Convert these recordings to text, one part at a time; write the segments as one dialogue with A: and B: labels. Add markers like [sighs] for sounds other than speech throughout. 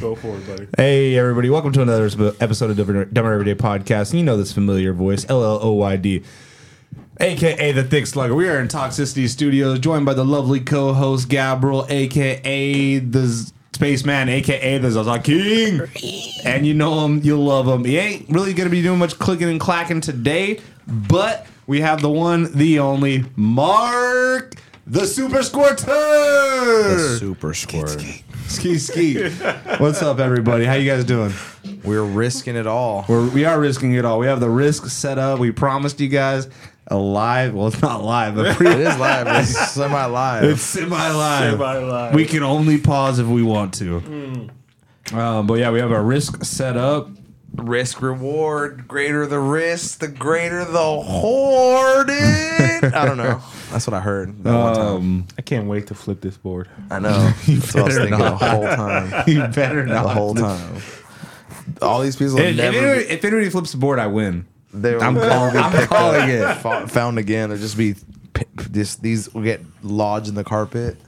A: Go for it, buddy.
B: Hey, everybody. Welcome to another episode of Dumber, Dumber Everyday Podcast. And you know this familiar voice, LLOYD, a.k.a. The Thick Slugger. We are in Toxicity Studios, joined by the lovely co-host, Gabriel, a.k.a. The Z- Spaceman, a.k.a. The Zaza King. And you know him. You'll love him. He ain't really going to be doing much clicking and clacking today, but we have the one, the only, Mark... The Super Squirter!
C: Super squirt.
B: Ski ski. What's up, everybody? How you guys doing?
C: We're risking it all.
B: We're, we are risking it all. We have the risk set up. We promised you guys a live. Well, [laughs] it's not live, but [laughs] pre-
C: [laughs] It is live. but It's semi
B: it's
C: live.
B: semi live.
A: Semi-live.
B: We can only pause if we want to. Um, but yeah, we have our risk set up.
C: Risk reward. Greater the risk, the greater the hoarded. I
B: [laughs]
C: don't know. That's what I heard. that one
A: [laughs]
C: time.
B: Um,
A: I can't wait to flip this board.
C: I
B: [laughs]
C: know. That's what I was
B: better
C: thinking
B: not.
C: the whole
B: [laughs]
C: time.
B: you better not.
C: The whole time. All these people have
B: If, if
C: never.
B: anybody, if anybody flips the board, I win.
C: they
B: I'm calling- I'm calling it.
C: Found again. Or just be. p- Just these will get lodged in the carpet.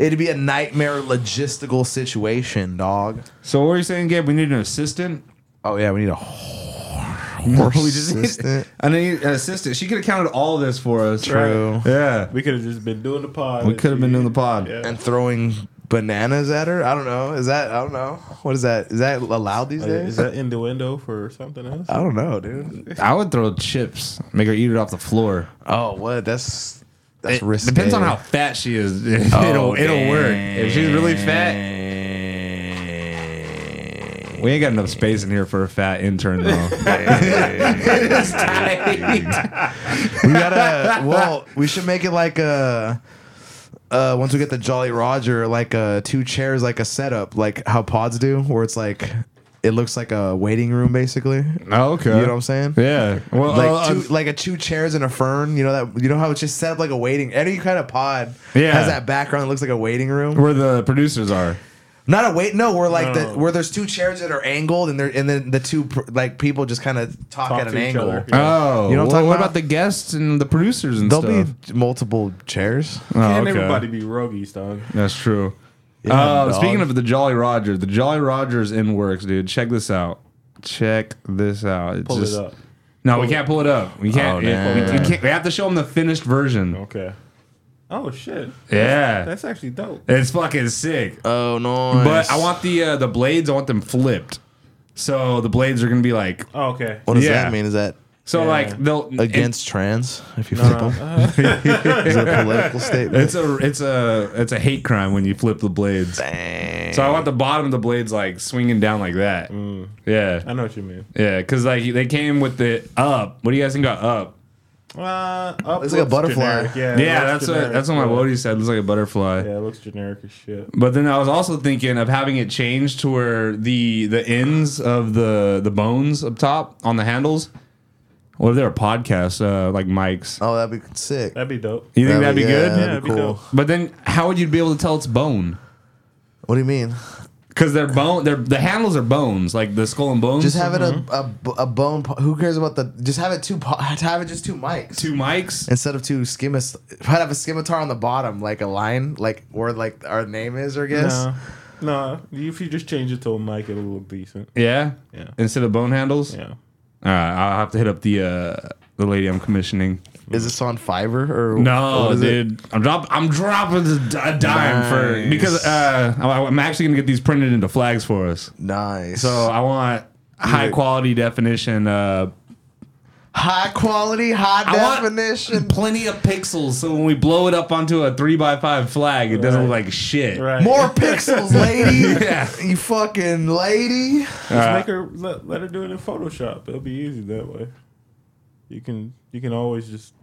C: It'd be a nightmare logistical situation, dog.
B: So what are you saying, Gabe? We need an assistant.
C: Oh yeah, we need a
B: No,
C: horse
B: [laughs] we just need,
C: assistant.
B: [laughs] I need an assistant. She could have counted all this for us.
C: True.
B: Yeah.
A: We could have just been doing the pod.
B: We could have been doing the pod.
A: Yeah.
C: and throwing bananas at her. I don't know. Is that I don't know. What is that? Is that allowed these
A: Uh,
C: days?
A: Is that innuendo for something else?
B: Oh,
C: I don't know, dude.
B: I would throw chips, make her eat it off the floor.
C: Oh, what? That's that's
B: It
C: risky.
B: depends on how fat she is. [laughs] it'll it'll work. If she's really fat, we ain't got enough space in here for a fat intern though. It's tight.
C: [laughs] we gotta. Well, we should make it like a. Uh, once we get the Jolly Roger, like uh, two chairs, like a setup, like how pods do, where it's like it looks like a waiting room, basically.
B: Oh, okay.
C: You know what I'm saying?
B: Yeah. Well,
C: like
B: uh,
C: two, like a two chairs and a fern. You know that you know how it's just set up like a waiting. Any kind of pod
B: Yeah.
C: has that background. that looks like a waiting room.
B: uh, where the producers are.
C: Not a wait. No, we're like
A: No.
C: the where there's two chairs that are angled and there and then the two pr- like people just kind of talk,
A: Talk
C: at an
A: to each
C: angle.
A: other.
B: Oh,
C: You
B: well,
C: know what I'm talking
B: what
C: about?
B: about the guests and the producers and
C: There'll
B: stuff?
C: be multiple chairs.
B: Oh,
A: Can't
B: okay.
A: everybody be rogues, dog?
B: That's true.
C: Yeah,
B: uh,
C: dog.
B: speaking of the Jolly Roger, the Jolly Roger's in works, dude. Check this out. Check this out. It's
A: Pull
B: just,
A: it up.
B: No, we can't pull it up. We can't.
C: Oh,
B: we-
C: damn.
B: we, we can't. We have to show them the finished version.
A: Okay. Oh shit.
B: Yeah,
A: That's actually dope.
B: it's fucking sick.
C: Oh no!
B: But I want the uh, the blades. I want them flipped. So the blades are gonna be like.
A: Oh, okay.
C: What does
B: yeah.
C: that mean? Is that
B: So
A: Yeah.
B: like they'll
C: against trans? If you flip them,
A: [laughs]
C: is it a political
B: it-
C: statement?
B: it's a it's a it's a hate crime when you flip the blades. So I want the bottom of the blades like swinging down like that.
A: Mm.
B: Yeah,
A: I know what you mean.
B: yeah. Because like they came with the up. What do you guys think about up?
A: Uh, up
C: It's like a
A: looks
C: butterfly.
A: generic. Yeah. it
B: yeah,
A: looks
B: that's what
A: generic.
B: that's what my
A: Yeah.
B: Wody said. Looks like a butterfly.
A: Yeah, it looks generic as shit.
B: But then I was also thinking of having it changed to where the the ends of the the bones up top on the handles. What if they're a podcast uh, like Mike's?
C: Oh, that'd be sick.
A: That'd be dope.
B: You think that'd be good?
C: yeah,
A: Yeah,
C: That'd be
A: it'd be
C: cool.
A: dope.
B: But then how would you be able to tell it's bone?
C: What do you mean?
B: Because they're bone. They're the handles are bones, like the skull and bones.
C: Just have it
A: Mm-hmm.
C: a, a, b- a bone. Po- who cares about the? Just have it two. Po- [laughs] have it just two mics
B: two mics.
C: instead of two skimis. I'd have a scimitar on the bottom, like a line, like or like our name is, I guess.
A: No. No, if you just change it to a mic, it'll look decent.
B: Yeah.
A: Yeah.
B: Instead of bone handles.
A: Yeah.
B: All right, I'll have to hit up the uh, the lady I'm commissioning.
C: Is this on Fiverr or
B: No,
C: what is it?
B: dude, I'm drop I'm dropping a d- a dime for
C: Nice.
B: because uh, I- I'm actually gonna get these printed into flags for us.
C: Nice.
B: So I want high quality definition, uh,
C: high quality, high
B: I want- [laughs]
C: definition.
B: plenty of pixels. So when we blow it up onto a three by five flag, it doesn't look like shit.
A: Right.
C: More pixels,
B: [laughs]
C: lady.
B: Yeah.
C: You fucking lady.
A: Just make her let, let her do it in Photoshop. It'll be easy that way. You can you can always just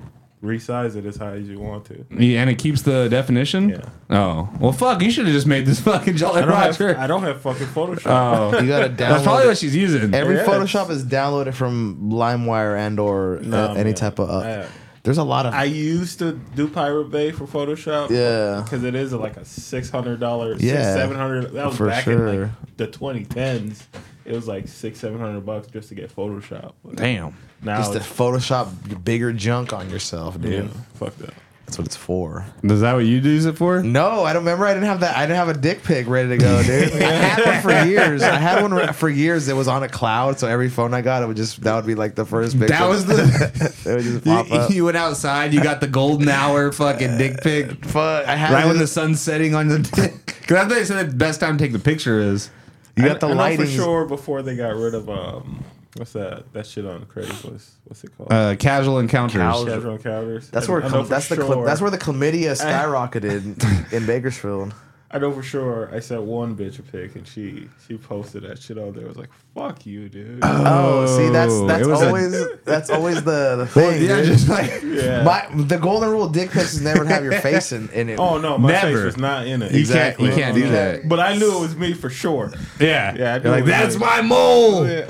A: resize it as high as you want to.
B: Yeah, and it keeps the definition.
A: Yeah.
B: Oh well, fuck. You should have just made this [laughs] fucking Jolly
A: I don't have
B: Roger.
A: I don't have fucking Photoshop.
B: oh,
C: You gotta
B: [laughs]
C: download.
B: that's probably
C: it.
B: what she's using.
C: Every
A: Yeah.
C: Photoshop is downloaded from LimeWire and or
A: Nah,
C: uh, any
A: man.
C: type of. Uh,
A: I-
C: there's a lot of.
A: I used to do Pirate Bay for Photoshop.
C: Yeah.
A: because it is like a six hundred dollars.
C: Yeah,
A: seven hundred. That was
C: for
A: back in
C: sure.
A: like the twenty tens. It was like six seven hundred bucks just to get Photoshop.
B: Damn.
A: Now
C: just to
A: it's,
C: Photoshop bigger junk on yourself, dude.
A: yeah, fuck that.
C: That's what it's for.
B: Is that what you use it for?
C: No, I don't remember. I didn't have that. I didn't have a dick pic ready to go, dude.
B: [laughs]
C: I had one for years. I had one re- for years. that was on a cloud, so every phone I got, it would just that would be like the first picture.
B: That was the.
C: [laughs] it would just
B: [laughs]
C: pop
B: You,
C: up.
B: you went outside. You got the golden hour fucking dick pic.
C: Fuck, I had
B: right when the
C: this.
B: sun's setting on the [laughs] dick. Because I thought they said the best time to take the picture is.
C: You got the
A: I, I know
C: lighting.
A: for sure before they got rid of um, what's that that shit on Craigslist? What's it called?
B: Uh, casual encounters.
C: Cow-
A: Casual encounters.
C: That's
A: I-
C: where
A: I know
C: chlam-
A: for
C: that's the chlam-
A: sure-
C: that's where
B: [laughs]
C: the chlamydia skyrocketed in Bakersfield.
A: I know for sure. I sent one bitch a pic, and she she posted that shit on there. I was like, "Fuck you,
B: [coughs]
A: dude."
C: Oh, see, that's
B: Oh,
C: that's
B: it was a-
C: always that's always the, the thing.
B: yeah,
C: dude.
B: just like
A: yeah.
C: My, the golden rule of dick pics is never to have your
B: [laughs]
C: face in, in it.
A: oh no, my
B: Never.
A: face was not in it.
B: you can't you can't do that.
A: But I knew it was me for sure.
B: Yeah,
A: Yeah, I Oh,
B: You're like
A: do.
B: that's my mole. [laughs]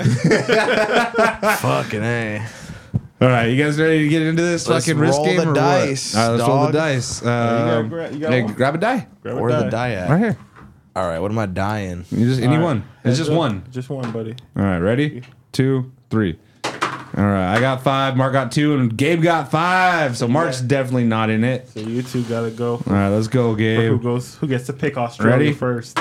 C: fucking a.
B: All right, you guys ready to get into this
C: Let's
B: fucking risk
C: roll
B: game
C: the
B: or
C: dice,
B: what? All right, let's roll the
C: dog.
B: dice.
A: gotta
B: Um,
A: gra- you got
B: hey,
A: one?
B: grab a die
A: Grab a
C: Where the
A: die.
C: die at?
B: right here.
C: All right, what am I dying?
B: You just any
A: All right.
B: one. It's just
A: Look,
B: one.
A: Just one, buddy.
B: All right, ready? Two, three. All right, I got five. Mark got two, and Gabe got five. So Mark's definitely not in it.
A: So you two gotta go.
B: All right, let's go,
A: Who
B: Gabe.
A: goes? Who gets to pick Australia
B: Ready?
A: first?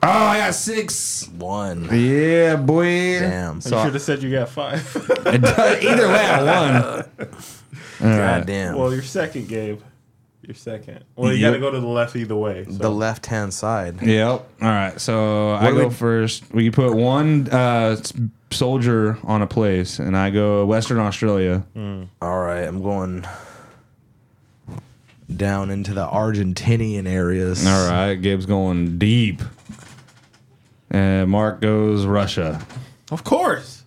B: Oh, I got six.
C: One.
B: Yeah, boy.
C: Damn.
A: You should
C: So,
A: have said you got five. [laughs]
B: It does- Either way, I won.
C: God damn.
A: Well, you're second, Gabe. You're second. Well, you
B: Yep.
A: gotta go to the left either way. So.
C: the left hand side.
B: Yep. All right. So I
C: do
B: go
C: we-
B: first. We can put one uh, s- soldier on a place, and I go Western Australia.
C: Hmm. All right, I'm going down into the Argentinian areas.
B: All right. Gabe's going deep. And Mark goes Russia.
A: of [laughs] course.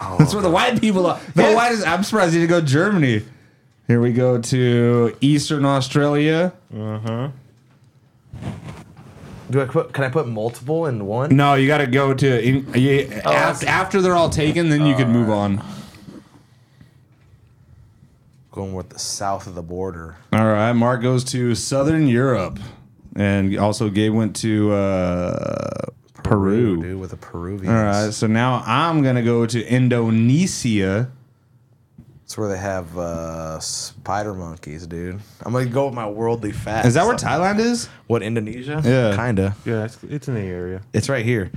A: Oh,
B: That's where the white people are. The white is. I'm surprised you didn't go Germany. Here we go to Eastern Australia.
C: Hmm. Do I put? Can I put multiple in one?
B: No, you got to go to in, yeah,
C: Oh,
B: af- after they're all taken, then you can move on.
C: Going with the south of the border.
B: All right, Mark goes to Southern Europe, and also Gabe went to uh, Peru.
C: Dude, with the Peruvians.
B: All right, so now I'm gonna go to Indonesia.
C: That's where they have uh, spider monkeys, dude. I'm gonna go with my worldly facts.
B: Is that where Thailand is?
C: What Indonesia?
B: Yeah.
C: kinda.
A: Yeah, it's, it's in the area.
C: It's right here.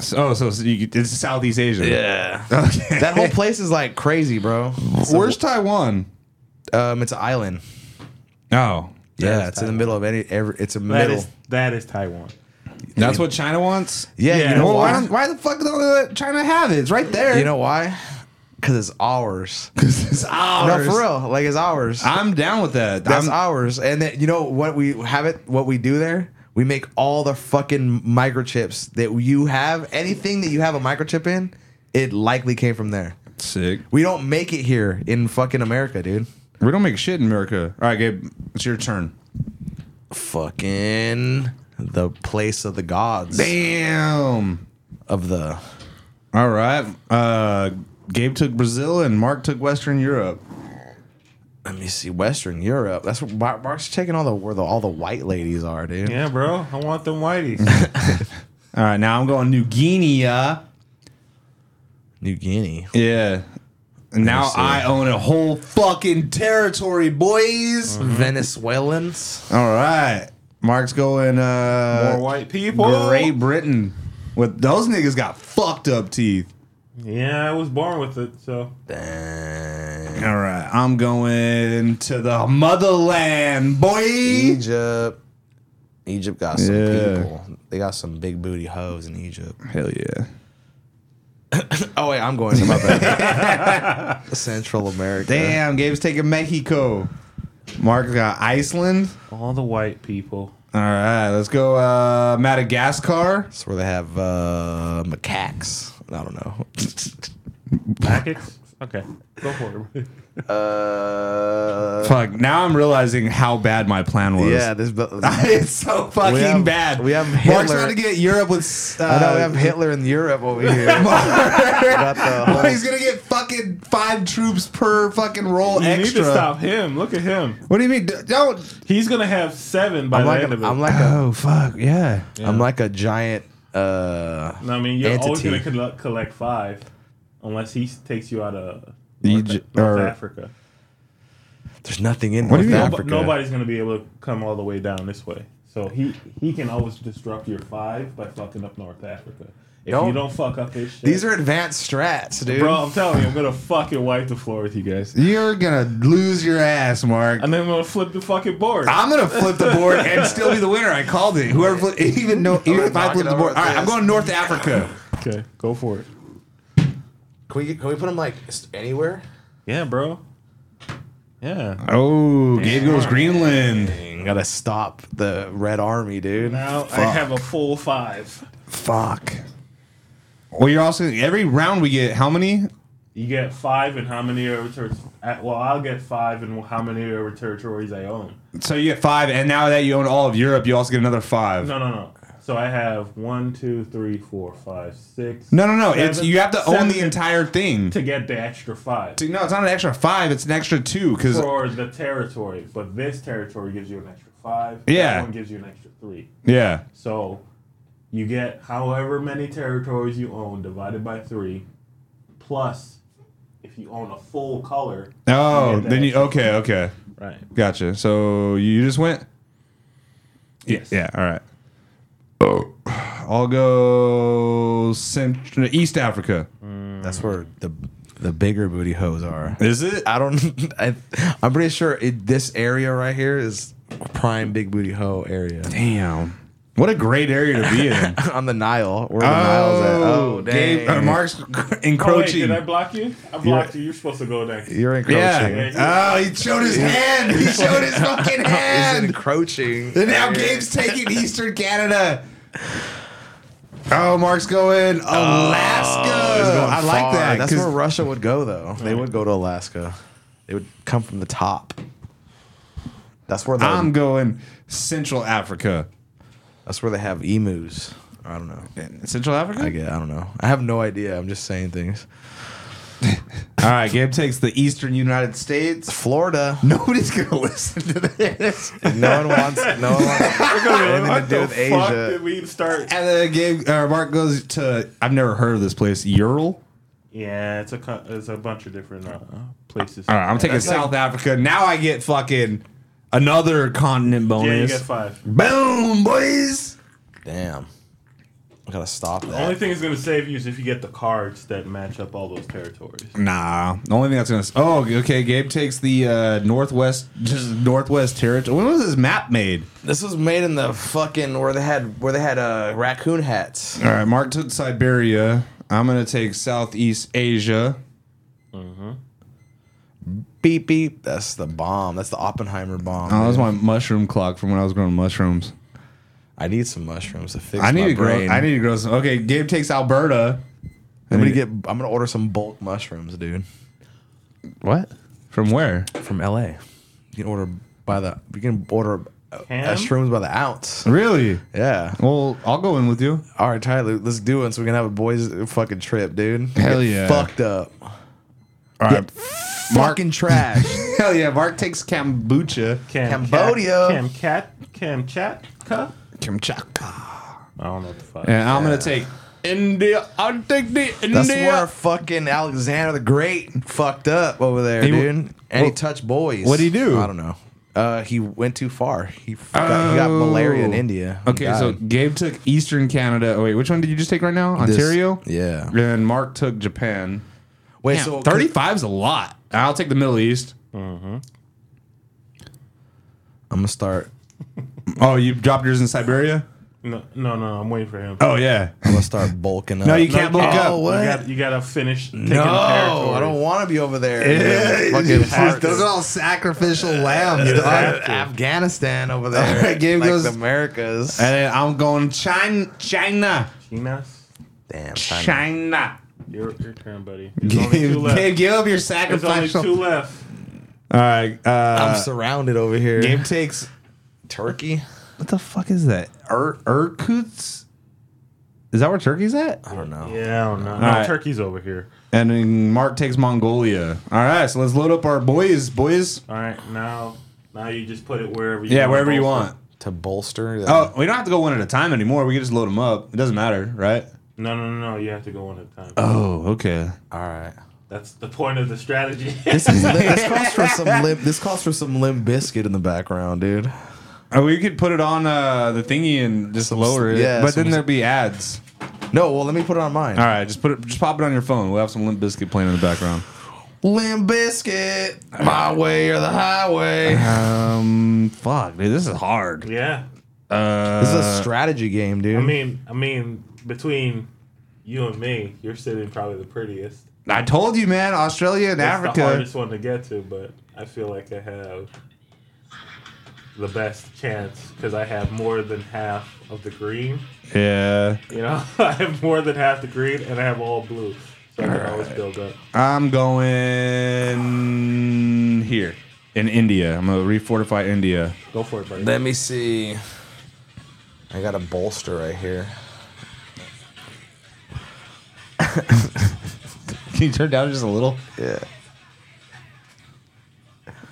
B: So- Oh, so, so you, it's Southeast Asia.
C: Yeah.
B: [laughs] Okay.
C: That whole place is like crazy, bro. It's
B: [laughs]
C: a-
B: Where's Taiwan?
C: um, it's an island.
B: Oh,
C: Yeah, it's in the middle of any. Every, it's a
A: That
C: middle.
A: is that is Taiwan.
B: that's what China wants.
C: yeah,
A: Yeah.
C: you know
B: Well, why,
C: why?
B: don't, why the fuck don't they let China have it? It's right there.
C: You know why? Because it's ours.
B: [laughs] it's ours.
C: No, for real. Like it's ours.
B: I'm down with that.
C: That's
B: I'm-
C: ours. And then you know what we have it. What we do there. We make all the fucking microchips that you have. Anything that you have a microchip in, it likely came from there.
B: sick.
C: We don't make it here in fucking America, dude.
B: We don't make shit in America. All right, Gabe, it's your turn.
C: Fucking the place of the gods
B: Damn.
C: of the
B: All right. Uh, Gabe took Brazil and Mark took Western Europe.
C: let me see Western Europe. That's what Mar- Mark's checking all the where the, all the white ladies are, dude.
A: Yeah, bro. I want them [laughs] whiteys.
B: All right. Now I'm going New Guinea. Yeah.
C: New Guinea.
B: And now
C: see.
B: I own a whole fucking territory, boys.
C: Venezuelans.
B: All right. Mark's going
A: More
B: uh,
A: white people.
B: Great Britain. With those niggas got fucked up teeth.
A: Yeah, I was born with it, so
C: Dang.
B: All right. I'm going to the motherland, boy.
C: Egypt. Egypt got some
B: Yeah.
C: people. They got some big booty hoes in Egypt.
B: Hell yeah.
C: Oh wait, I'm going to my bad.
B: [laughs]
C: Central America.
B: Damn, Gabe's taking Mexico. Mark got Iceland.
A: all the white people.
B: All right, let's go uh, Madagascar.
C: That's where they have uh, macaques. I don't know.
A: Packets? Okay. Go for [laughs] it.
C: uh,
B: Fuck, now I'm realizing how bad my plan was.
C: yeah, this. I
B: [laughs] it's so fucking
C: We have-
B: bad.
C: we have
B: Mark's
C: Hitler.
B: trying to get Europe with. Uh,
C: know we have Hitler in Europe
B: [laughs]
C: over here. Got the whole-
B: He's gonna get fucking five troops per fucking roll
A: You need
B: extra.
A: to stop him. Look at him.
B: What do you mean? D- Don't.
A: He's gonna have seven by
C: I'm
A: the
C: like,
A: end
C: a,
A: of it.
C: I'm like a,
B: Oh fuck yeah.
C: I'm like a giant. Uh,
A: I mean, you're always
C: Entity.
A: gonna collect, collect five, unless he takes you out of North,
B: Egypt-
A: North
B: or-
A: Africa.
C: There's nothing in
B: What do
C: North
B: you mean?
C: Africa.
A: Nobody's gonna be able to come all the way down this way. So he he can always disrupt your five by fucking up North Africa. If you
C: Don't-
A: don't fuck up his shit,
C: These are advanced strats, dude.
A: bro. I'm telling you, I'm gonna fucking wipe the floor with you guys,
B: You're gonna lose your ass, Mark.
A: and then I'm gonna flip the fucking board.
C: Ah.
B: I'm gonna flip the board and still be the winner. I called it. Whoever flipped, even know even
C: gonna
B: if I
C: knock
B: flip
C: it
B: the board.
C: over
B: All right,
C: with
B: I'm
C: this.
B: going
A: [laughs]
B: North Africa.
A: okay, go for it.
C: Can we can we put them like anywhere?
A: Yeah, bro. Yeah.
B: Oh, Gabe goes Greenland.
C: Gotta stop the Red Army, dude.
A: Now I have a full five.
C: Fuck.
B: Well, you're also every round we get how many?
A: You get five, and how many other territories? Well, I'll get five, and how many other territories I own.
B: So you get five, and now that you own all of Europe, you also get another five.
A: No, no, no. So I have one, two, three, four, five, six.
B: No, no, no. it's
A: seven-
B: you have to own
A: seven
B: the entire thing.
A: to get the extra five
B: Dude, no, it's not an extra five. It's an extra two because
A: for the territory, but this territory gives you an extra five.
B: Yeah.
A: that one gives you an extra three.
B: yeah,
A: So you get however many territories you own divided by three, plus if you own a full color.
B: Oh,
A: You get
B: then
A: that.
B: you okay, okay,
A: Right.
B: gotcha. So you just went.
A: Yes.
B: Yeah. All right. Oh, I'll go Central East Africa.
C: That's where the the bigger booty hoes are.
B: Is it?
C: I don't. [laughs] I, I'm pretty sure it, this area right here is prime big booty hoe area. [laughs]
B: Damn. What a great area to
A: [laughs]
B: be in.
C: on the Nile. Where the Nile's at? Oh, dang.
B: Gabe- uh, Mark's [laughs]
A: Oh, wait,
B: encroaching.
A: did I block you? I blocked you. You're supposed to go next.
C: You're encroaching.
B: yeah. Oh, he showed his hand. He showed his fucking
C: He's
B: hand.
C: encroaching.
B: And now Gabe's taking Eastern Canada. Oh, Mark's going Alaska. [laughs] I like
C: Far.
B: that.
C: That's
B: 'cause-
C: where Russia would go, though. They would go to Alaska. They would come from the top. That's where they.
B: I'm going Central Africa.
C: that's where they have emus. I don't know.
B: Central Africa?
C: I get. I don't know. I have no idea. I'm just saying things.
B: All right, Gabe takes the Eastern United States. [laughs]
C: Florida.
B: Nobody's going to [laughs] listen to this. And
C: No one wants. No one wants [laughs] anything to
A: What
C: do
A: the
C: with
A: fuck
C: Asia.
A: did we start?
B: then Gabe, uh, Mark goes to, I've never heard of this place, Ural.
A: Yeah, it's a co- it's a bunch of different uh, places.
B: All right, I'm taking South Africa. Now I get fucking another continent
A: Yeah, you
B: bonus.
A: get five.
B: Boom, boys.
C: Damn. I gotta stop that.
A: Only thing that's gonna save you is if you get the cards that match up all those territories.
B: Nah, the only thing that's gonna. Oh, okay. Gabe takes the uh, northwest, just northwest territory. When was this map made?
C: This was made in the fucking where they had where they had uh, raccoon hats.
B: All right, Mark took Siberia. I'm gonna take Southeast Asia.
C: Beep beep. That's the bomb. That's the Oppenheimer bomb.
B: Oh, that was
C: dude.
B: my mushroom clock from when I was growing mushrooms.
C: I need some mushrooms to fix
B: I need
C: my
B: to
C: brain.
B: grow. I need to grow some. Okay, Gabe takes Alberta.
C: I'm gonna get. I'm gonna order some bulk mushrooms, dude.
B: What? From where?
C: From L.A. You can order by the. You can order uh,
A: Ham?
C: mushrooms by the ounce.
B: Really?
C: Yeah.
B: Well, I'll go in with you.
C: All right, Tyler. Let's do it so we can have a boys fucking trip, dude.
B: Hell
C: Get
B: yeah.
C: Fucked up.
B: All right. Mark-
C: Fucking trash.
B: Hell yeah, Mark takes kombucha.
A: Cam-
C: Cambodia.
A: Cam cat. Cam chat. I
B: Kamchatka.
A: don't know what the fuck.
B: And I'm gonna take India. I'll take the India.
C: [laughs] That's where fucking Alexander the Great fucked up over there,
B: He w-
C: dude. And he
B: Wha-
C: touched boys.
B: what'd he do?
C: I don't know. Uh, he went too far. He, f- got, he got malaria in
B: Oh.
C: India. and
B: Okay, so
C: died.
B: Gabe took Eastern Canada. Oh, wait, which one did you just take right now?
C: This-
B: Ontario.
C: yeah.
B: And Mark took Japan.
C: Wait,
B: Damn,
C: so
B: 35's a lot. I'll take the Middle East.
C: I'm gonna start.
B: Oh, you dropped yours in Siberia?
A: No, no, no. I'm waiting for him.
B: Oh yeah.
C: I'm gonna start bulking up.
B: No, you can't look
A: you
B: up.
A: gotta-
C: what?
A: You gotta, you gotta finish taking
C: No,
A: the territory.
C: I don't want to be over there.
B: Yeah,
C: Fucking
B: just-
C: parts.
B: those are all sacrificial
C: [laughs]
B: lambs.
C: Dude,
B: dog.
C: Af- Afghanistan over
B: [laughs]
C: there.
B: Gabe
C: like
B: goes-
C: the Americas.
B: And then I'm going China, China,
A: Chinas,
C: Damn. China.
B: China.
A: your, your turn,
C: [laughs]
A: buddy. There's
B: Gabe,
A: only two left.
B: Gabe, give up your
A: There's only
B: sacrificial.
A: two left.
B: All right.
C: I'm
B: Uh,
C: surrounded over here.
B: Gabe takes.
C: Turkey.
B: What the fuck is that? Ur- Irkutsk. Is that where Turkey's at?
C: I don't know.
A: Yeah, I don't know. No,
B: right.
A: turkey's over here.
B: And then Mark takes Mongolia. All right, so let's load up our boys, boys.
A: All right, now, now you just put it wherever. you
B: Yeah,
A: want
B: wherever you
A: also.
B: want.
C: To bolster. the-
B: Oh, we don't have to go one at a time anymore. We can just load them up. It doesn't matter, right?
A: No, no, no, no. You have to go one at a time.
B: Oh, okay. [laughs]
C: all right.
A: That's the point of the strategy. [laughs]
C: This is this calls for some limp. This calls for some limp biscuit in the background, dude.
B: Oh, we could put it on uh, the thingy and just lower it.
C: yeah,
B: but then
C: some-
B: there'd be ads.
C: No, well, let me put it on mine.
B: All right, just put it, just pop it on your phone. We'll have some Limp Biscuit playing in the background.
C: Limp biscuit, my way or the highway.
B: Um, fuck, dude, this is hard. Uh,
A: yeah.
C: this is a strategy game, dude.
A: I mean, I mean, between you and me, you're sitting probably the prettiest.
B: I told you, man, Australia and
A: It's the
B: Africa.
A: hardest one to get to, but I feel like I have the best chance because I have more than half of the green.
B: Yeah,
A: You know, [laughs] I have more than half the green, and I have all blue. So I can always build up.
B: I'm going here in India. I'm gonna refortify India.
A: Go for it, buddy.
C: Let me see. I got a bolster right here.
B: [laughs] Can you turn down just a little?
C: Yeah.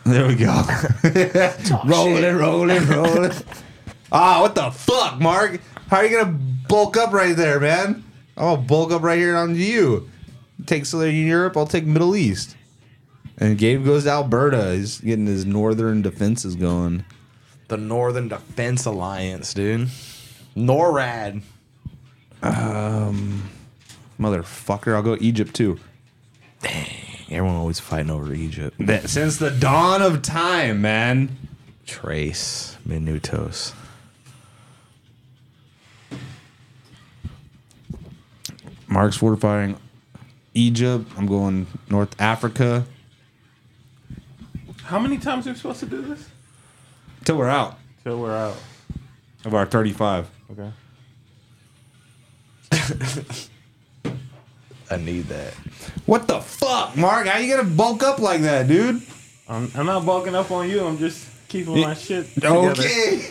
B: There we [laughs] go. rolling,
C: shit.
B: rolling, [laughs] rolling. ah, what the fuck, Mark? How are you gonna bulk up right there, man? I'll bulk up right here on you. Take Southern Europe. I'll take Middle East. And Gabe goes to Alberta. He's getting his northern defenses going.
C: The Northern Defense Alliance, dude. NORAD.
B: Motherfucker, I'll go Egypt too.
C: Everyone always fighting over Egypt.
B: That, since the dawn of time, man.
C: Trace Minutos.
B: Mark's fortifying Egypt. I'm going North Africa.
A: How many times are we supposed to do this?
B: Till we're out
A: Till we're out.
B: of our 35.
A: Okay.
C: I need [laughs] that.
B: What the fuck, Mark? How you gonna bulk up like that, dude?
A: I'm, I'm not bulking up on you. I'm just keeping my shit together.
B: Okay.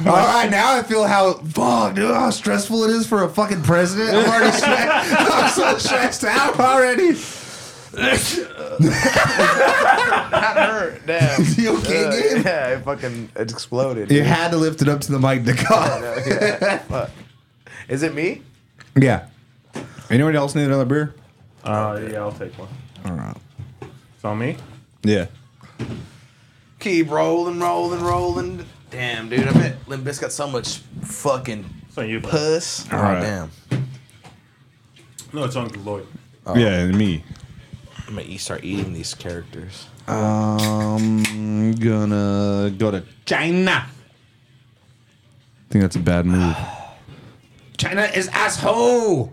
B: All right, now I feel how fuck, dude, how stressful it is for a fucking president. I'm already [laughs] stressed. I'm so stressed out already.
C: That hurt. [laughs] Damn. Uh,
B: You okay, Gabe?
C: Yeah, it fucking it exploded.
B: You had to lift it up to the mic to cough.
C: [laughs] Is it me?
B: Yeah. Anybody else need another beer?
A: Uh, yeah, I'll take one.
B: All right.
A: It's on me.
B: Yeah.
C: Keep rolling, rolling, rolling. Damn, dude. I bet Limp Bizkit got so much fucking
A: It's on you. bud.
C: puss. Oh,
B: right.
C: damn.
A: No, it's on Lloyd.
B: Yeah, and me.
C: I'm gonna eat, start eating these characters.
B: Um, gonna go to China. Ah, I think that's a bad move. China is asshole.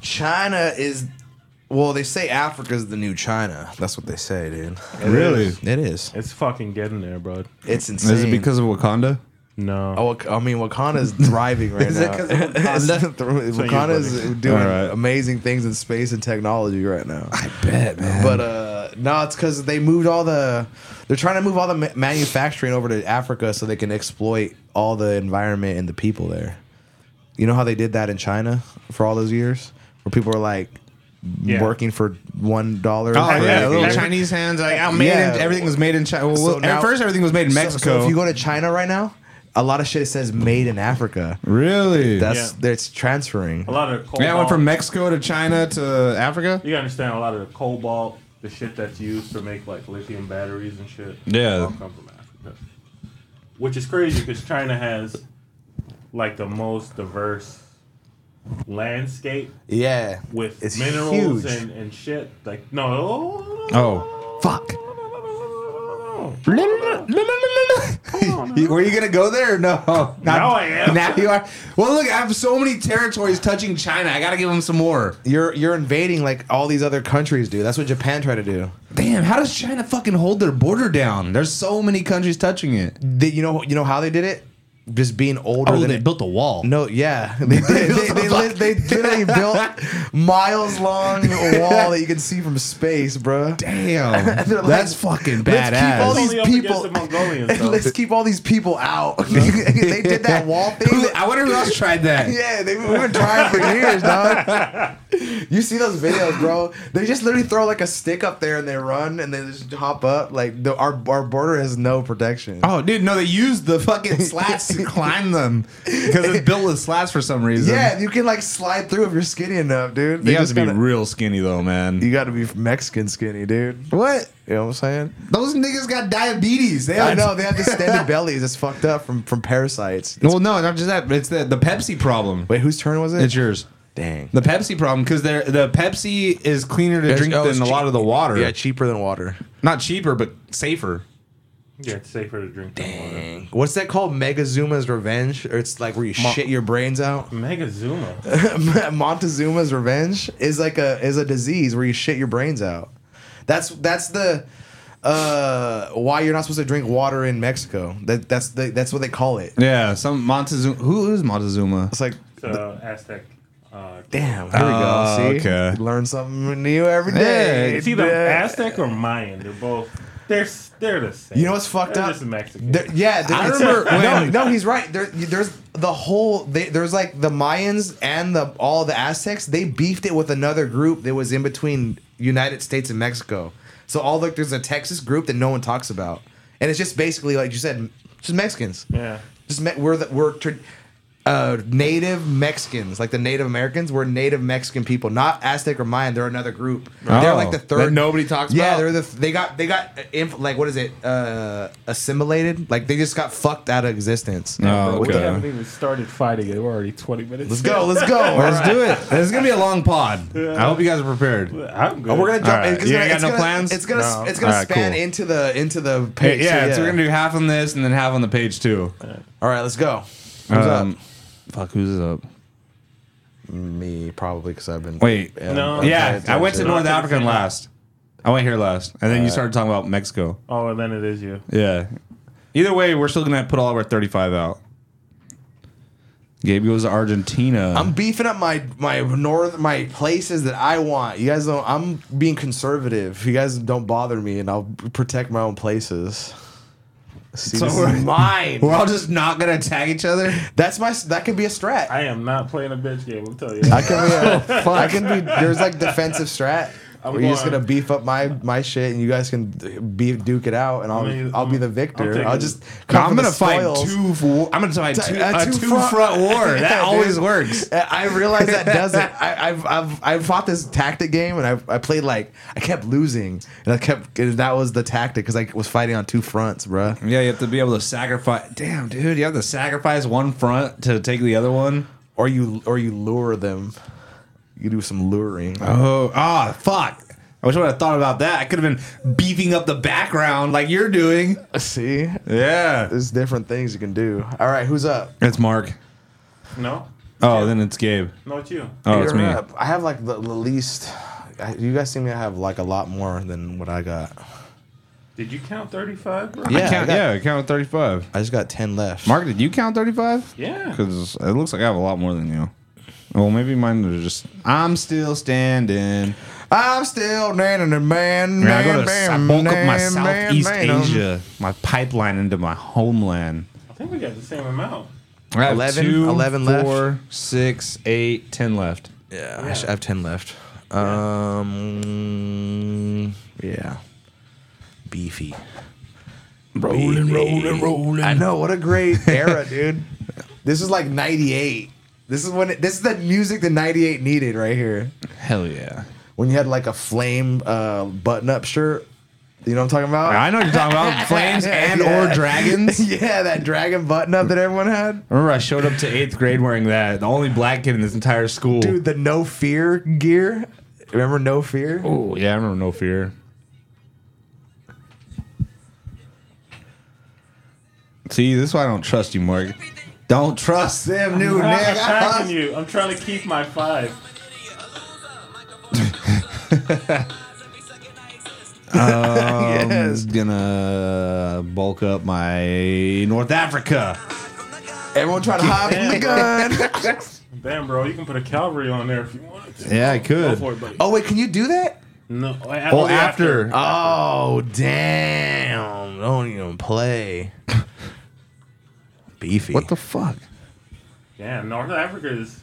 C: China is. Well, they say Africa's the new China. That's what they say, dude.
B: Really?
C: It is.
A: It's fucking getting there, bro.
C: It's insane.
B: Is it because of Wakanda?
A: No.
C: Oh, Wak- I mean, Wakanda's [laughs] thriving right
B: Is it
C: now.
B: 'cause of Wakanda?
C: It's nothing through-
A: you,
C: Wakanda's doing
B: All right.
C: amazing things in space and technology right now.
B: I bet, man.
C: But uh, no, it's because they moved all the. They're trying to move all the ma- manufacturing over to Africa so they can exploit all the environment and the people there. You know how they did that in China for all those years, where people were like
A: Yeah.
C: working for one dollar.
B: Oh
C: for
B: yeah,
A: yeah.
B: little
A: Every-
B: Chinese hands. Like I made
C: Yeah.
B: in, everything was made in China. Well,
C: So
B: well,
C: now-
B: at first, everything was made in
C: So-
B: Mexico.
C: So, if you go to China right now, a lot of shit says made in Africa.
B: really?
C: That's
A: Yeah.
C: that's transferring.
A: a lot of the cobalt.
B: yeah, I went from Mexico to China to Africa.
A: You gotta understand a lot of the cobalt, the shit that's used to make like lithium batteries and shit.
B: Yeah.
A: all come from Africa. Which is crazy because China has like the most diverse landscape
C: Yeah.
A: with
C: It's
A: minerals
C: huge.
A: and, and shit. Like no.
B: Oh, fuck.
C: [laughs]
B: You- Were you gonna go there? or No. Not-
A: Now I am.
B: Now you are. Well, look, I have so many territories touching China. I gotta give them some more.
C: You're you're invading like all these other countries, dude. That's what Japan tried to do.
B: Damn, how does China fucking hold their border down? There's so many countries touching it.
C: They, you know you know how they did it? Just being older than
B: Oh, built a wall. [laughs]
C: No, yeah, they they, they, they, li- they literally built miles long
B: [laughs]
C: wall that you can see from space, bruh.
B: Damn,
C: They're like,
B: that's fucking
C: Let's keep all
B: badass.
C: these
A: Only up
C: people.
A: against the Mongolians,
C: [laughs]
A: though.
C: Let's keep all these people out. [laughs]
B: [laughs]
C: they did that wall thing. [laughs]
B: I wonder who else tried that.
C: Yeah, they, we've been trying for years, dog. You see those videos, bro? They just literally throw like a stick up there and they run and they just hop up. Like the, our our border has no protection.
B: Oh, dude, no, they use the
C: [laughs]
B: fucking slats to climb them because it's built with slats for some reason.
C: yeah, you can like slide through if you're skinny enough, dude. They
B: you have
C: just
B: to be
C: gotta-
B: real skinny though, man.
C: you got to be Mexican skinny, dude.
B: what?
C: You know what I'm saying?
B: Those niggas got diabetes. They
C: I know they have distended bellies. It's fucked up from from parasites.
B: Well, no, not just that. but It's the the Pepsi problem.
C: Wait, whose turn was it?
B: It's yours.
C: Dang.
B: The Pepsi problem because they're the Pepsi is cleaner to drink
C: oh,
B: than
C: it's
B: a
C: cheap.
B: lot of the water.
C: Yeah, cheaper than water.
B: Not cheaper, but safer.
A: Yeah, it's safer to drink than water.
C: Dang. What's that called? Megazuma's revenge? Or it's like where you shit your brains out.
A: Mega Zuma.
C: [laughs] Montezuma's revenge is like a is a disease where you shit your brains out. That's that's the uh why you're not supposed to drink water in Mexico. That that's the that's what they call it.
B: Yeah, some Montezuma. Who is Montezuma?
C: It's like
A: So Aztec. Uh,
C: damn, here we
B: Oh,
C: go. See?
B: okay.
C: Learn something new every
B: Hey,
C: day.
A: it's either
C: Yeah.
A: Aztec or Mayan. They're both. They're s- they're the same.
C: You know what's fucked
A: they're
C: up?
A: Just Mexican.
C: There- yeah, there-
B: I
C: it's-
B: remember when-
C: no, no, he's right. There, there's the whole. They, there's like the Mayans and the all the Aztecs. They beefed it with another group that was in between United States and Mexico. So all like there's a Texas group that no one talks about, and it's just basically like you said, just Mexicans.
A: yeah.
C: Just me- we're the, we're tra- uh, native Mexicans, like the Native Americans. We're native Mexican people, not Aztec or Mayan. They're another group. they're
B: Oh,
C: like the
B: that
C: third.
B: nobody talks
C: Yeah,
B: about?
C: they're the they got they got uh, inf- like what is it uh, assimilated? Like they just got fucked out of existence.
B: Oh,
A: We
B: okay.
A: haven't even started fighting yet. We're already 20 minutes.
C: Let's go, let's go.
B: [laughs]
C: All
B: Let's
C: right.
B: do it. This is gonna be a long pod. I hope you guys are prepared.
A: [laughs] I'm good.
C: Oh, we're gonna jump.
B: right.
C: It's
B: You
C: gonna,
B: ain't got
C: it's
B: no
C: gonna-
B: plans?
C: It's gonna
A: No.
C: it's gonna
B: All right,
C: span
B: cool.
C: into the into the
B: Hey,
C: page.
B: yeah, so we're gonna do half on this and then half on the page too.
C: All right, let's go. Who's
B: Um, Fuck, who's up?
C: up? Me probably because I've been
B: Wait,
A: No.
B: yeah, I went to
A: Not
B: North
A: gonna
B: Africa
A: say no.
B: last. I went here last, and then you started talking about Mexico.
A: Oh, and then it is you.
B: Yeah. Either way, we're still gonna put all of our thirty-five out. Gabe goes to Argentina. [laughs]
C: I'm beefing up my my north my places that I want. You guys don't. I'm being conservative. You guys don't bother me, and I'll protect my own places. See,
B: So
C: this
B: we're-
C: is mine.
B: we're all just not gonna tag each other.
C: [laughs] That's my. That could be a strat.
A: I
C: I,
A: am not playing a bitch game. I'll tell you.
C: can be.
B: [laughs]
C: A, I can be. There's like defensive strat.
A: I'm
C: where you're just
A: going-
C: gonna beef up my my shit, and you guys can be duke it out, and I'll
A: I mean,
C: I'll be
A: I'm-
C: the
A: I'm
C: victor.
A: taking-
C: I'll just. come
B: I'm
C: for the
B: gonna fight
C: spoils.
B: two. For, I'm gonna fight two,
C: a
B: a
C: two
B: two,
C: front-
B: front,
C: [laughs]
B: war. That
C: Yeah, dude.
B: always works.
C: Uh, [laughs] I realize that
B: [laughs]
C: doesn't. I, I've I've I've fought this tactic game and I I played like I kept losing and I kept and that was the tactic because I was fighting on two fronts, bruh.
B: Yeah, you have to be able to sacrifice. Damn, dude, you have to sacrifice one front to take the other one.
C: Or you or you lure them. You do some luring.
B: Oh, ah, fuck. I wish I would have thought about that. I could have been beefing up the background like you're doing.
C: See,
B: Yeah.
C: there's different things you can do. All right, who's up?
B: It's Mark.
A: No,
B: Oh, then it's Gabe.
A: no, it's you.
B: Oh, it's
C: You're
B: me.
C: up. I have like the, the least. I, you guys seem to have like a lot more than what I got.
A: Did you count 35, bro?
C: Yeah,
B: I count,
C: I got-
B: yeah, I count 35.
C: I just got ten left.
B: Mark, did you count 35?
A: Yeah.
B: Because it looks like I have a lot more than you. Well, maybe mine are just. I'm still standing.
C: I'm still man man man
B: I, mean, I go to I
C: man,
B: bulk up my
C: man,
B: Southeast
C: man, man.
B: Asia, my pipeline into my homeland.
A: I think we got the same amount.
B: I have
C: 11
B: two,
C: 11 left.
B: four, six, eight, 10 left.
C: Yeah, I, should, I have ten left. Um, yeah, beefy. Rolling, rolling, rolling. I know what
B: [laughs]
C: a great era, dude. This is like '98. This is when it, this is the music that '98 needed right here.
B: Hell yeah.
C: When you had like a flame uh, button-up shirt. You know what I'm talking about?
B: I know what you're talking about flames and
C: Yeah.
B: or dragons.
C: [laughs] yeah, that dragon button-up that everyone had.
B: Remember, I showed up to eighth grade wearing that. The only black kid in this entire school.
C: Dude, the no fear gear. Remember no fear?
B: Oh yeah, I remember No Fear. See, this is why I don't trust you, Mark. Don't trust them [laughs] new
A: I'm attacking
B: niggas.
A: you. I'm trying to keep my five.
B: I'm
C: [laughs] Yes.
B: gonna bulk up my North Africa.
C: Everyone trying to hide from the gun.
A: Damn, bro, you can put a cavalry on there if you wanted to.
B: Yeah, I
A: Go
B: could.
A: for it, buddy.
C: oh wait, can you do that?
A: no. I-
B: Oh,
A: only
B: after.
C: Oh damn! Don't even play. [laughs] Beefy.
B: What the fuck?
A: Damn, North Africa is.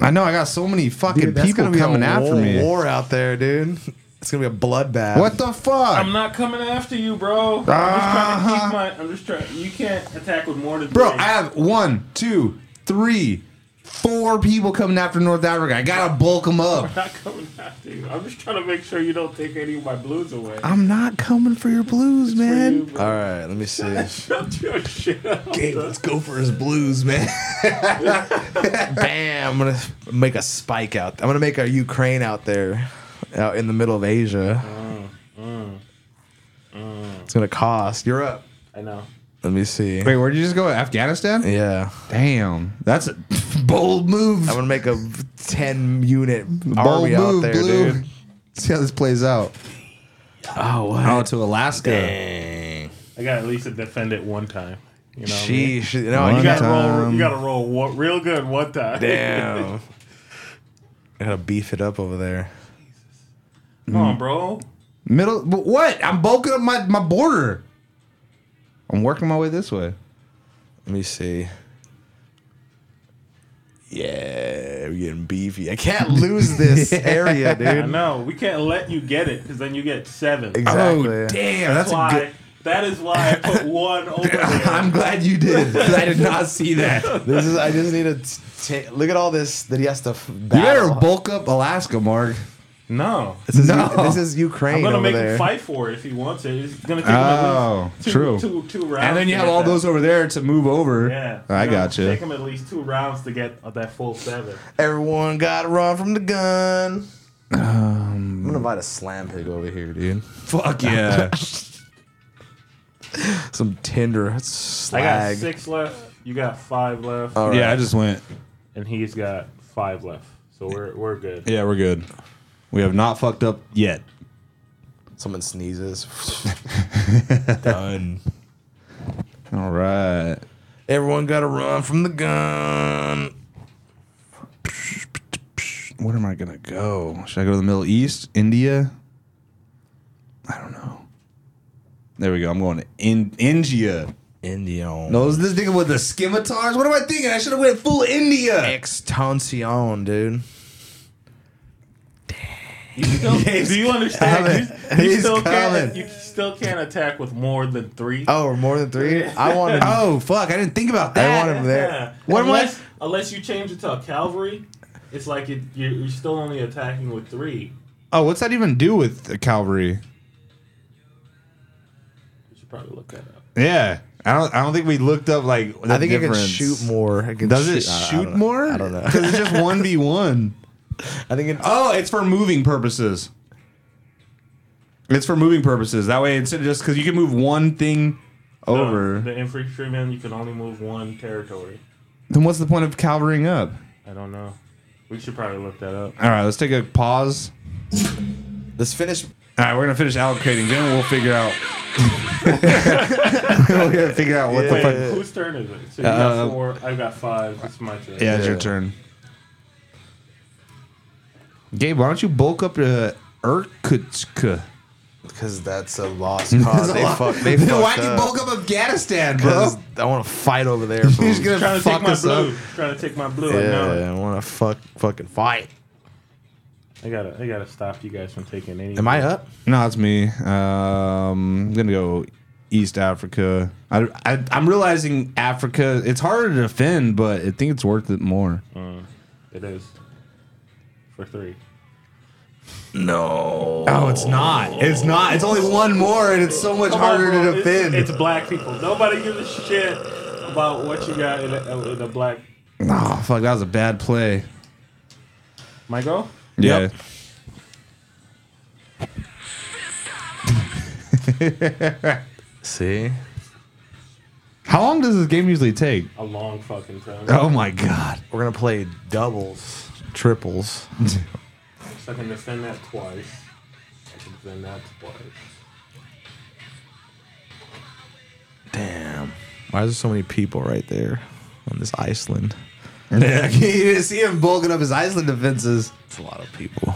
B: I know I got so many fucking
C: Dude, that's
B: people
C: gonna be
B: coming
C: a
B: after
C: war-
B: me.
C: War out there, dude. It's gonna be a bloodbath.
B: What the fuck?
A: I'm not coming after you, bro. I'm just trying to keep my. I'm just trying. You can't attack with more than
B: Uh-huh. Bro,
A: three.
B: I have one, two, three, four people coming after North Africa. I gotta bulk them up.
A: I'm not coming after you. I'm just trying to make sure you don't take any of my blues away.
C: I'm not coming for your blues,
A: you,
C: man.
A: [laughs] bro.
C: All right, let me see.
A: Shut your shit up.
B: Hey, let's go for his blues, man.
C: [laughs] Bam! I'm gonna make a spike out. I'm gonna make a Ukraine out there, out in the middle of Asia. It's gonna cost. You're up.
A: I know.
C: Let me see.
B: Wait, where'd you just go? Afghanistan?
C: Yeah,
B: Damn, that's [laughs] a bold move.
C: I'm gonna make a 10 unit
B: Bold
C: army out
B: move,
C: there,
B: blue.
C: dude.
B: [laughs] See how this plays out.
C: Oh, what?
B: Oh, to Alaska.
A: I got at least to defend it one time. You know. what I mean?
C: Sheesh. No,
B: One
A: You
C: you got
A: gotta roll.
B: time.
A: You gotta roll wa- real good one time.
C: Damn. I gotta beef it up over there.
A: Come on, bro.
B: Middle, but what? I'm bulking up my, my border. I'm working my way this way.
C: Let me see. Yeah, we're getting beefy. I
A: [laughs]
C: can't lose this area,
A: I
C: dude.
A: know. We can't let you get it because then you get seven.
C: Exactly.
B: Oh, damn, that's,
A: That's why.
B: a good.
A: That is why I put one
B: [laughs]
A: over there.
B: I'm glad you did. 'cause I did not see that. You
C: This is. I just need to t- ta- look at all this that he has to. F- battle.
B: better bulk up Alaska, Mark.
A: No.
C: This is,
B: No.
C: [laughs] this is Ukraine.
A: I'm gonna
C: over
A: make
C: there.
A: him fight for it if he wants it. It's gonna take him
B: Oh,
A: at least two,
B: true.
A: two- two rounds.
B: And then you
A: to
B: have
A: get
B: all
A: that.
B: those over there to move over.
A: Yeah,
B: I
A: You know,
B: got you.
A: Take him at least two rounds to get uh, that full seven.
C: Everyone got to run from the gun.
B: Um,
C: I'm gonna invite a slam pig over here, dude.
B: Fuck [laughs] yeah.
C: [laughs] Some Tinder
A: I got
C: slag.
A: six left. You got five left,
C: All right.
B: Yeah, I just went.
A: and he's got five left. So we're we're good.
B: Yeah, we're good. We have not fucked up yet. [laughs]
C: Someone sneezes.
B: Done. All right.
C: Everyone got to run from the gun.
B: Where am I gonna go? Should I go to the Middle East, India? I don't know. There we go. I'm going to in- India.
C: Indian.
B: No, is this nigga with the scimitars? What am I thinking? I should have went full India.
C: Extension, dude.
A: You still, [laughs] do you understand?
C: coming.
A: You, you
C: He's
A: still
C: coming.
A: can't. You still can't attack with more than three.
C: Oh, or more than [laughs] three? I want him.
B: Oh fuck! I didn't think about
C: I
B: that.
C: want him there.
A: Yeah.
B: What am I-
A: unless unless you change it to a cavalry, it's like it, you're, you're still only attacking with three.
B: Oh, what's that even do with the cavalry?
A: You should probably look that up.
B: Yeah, I don't. I don't think we looked up like. The
C: I think
B: difference.
C: it can shoot more. It can
B: Does it
C: shoot- I- I
B: shoot
C: don't know.
B: more?
C: I don't [laughs] know.
B: Because it's just one v one.
C: I think [laughs] it.
B: Oh, it's for moving purposes. It's for moving purposes. That way, instead of just because you can move one thing over,
A: No, Um, the infantryman, you can only move one territory.
B: then what's the point of cavalrying up?
A: I don't know. We should probably look that up.
B: All right, let's take a pause.
C: Let's finish.
B: All right, we're gonna finish allocating. Then we'll figure
C: [laughs]
B: out. [laughs] we're gonna figure out what
A: Wait,
B: the fuck.
C: fuck-
A: whose turn is it? So you
B: Uh,
A: got four. I've got five. It's my turn.
B: Yeah, it's your
C: Yeah.
B: turn. Gabe, why don't you bulk up uh, [laughs] Irkutsk?
C: Because that's a lost cause. they fuck, they
B: Then
C: fucked
B: why'd you
C: up.
B: bulk up Afghanistan, bro?
C: 'Cause I want to fight over [laughs] there. Bro.
B: [laughs] He's gonna
A: Trying to
B: fuck
A: take my
B: us up.
A: blue. Trying to take my blue. I know.
C: yeah, I want to fuck, fucking fight.
A: I gotta. I gotta stop you guys from taking any.
C: Am I up?
B: No, it's me. Um, I'm gonna go East Africa. I, I I'm realizing Africa. It's harder to defend, but I think it's worth it more.
A: It is for three.
C: No.
B: Oh, it's not. It's not. It's only one more, and it's so much
A: Come on,
B: harder
A: bro.
B: to
A: It's-
B: defend.
A: It's, black people. Nobody gives a shit about what you got in a, in a black.
B: oh fuck, that was a bad play.
A: My go.
B: Yeah. [laughs]
C: See,
B: How long does this game usually take?
A: A long fucking time.
B: Oh my god.
C: we're gonna play doubles, triples.
A: So I can defend that twice. I can defend that twice.
C: Damn. Why is there so many people right there on this [laughs] Iceland?
B: Yeah, you didn't see him bulking up his Iceland defenses.
C: It's a lot of people.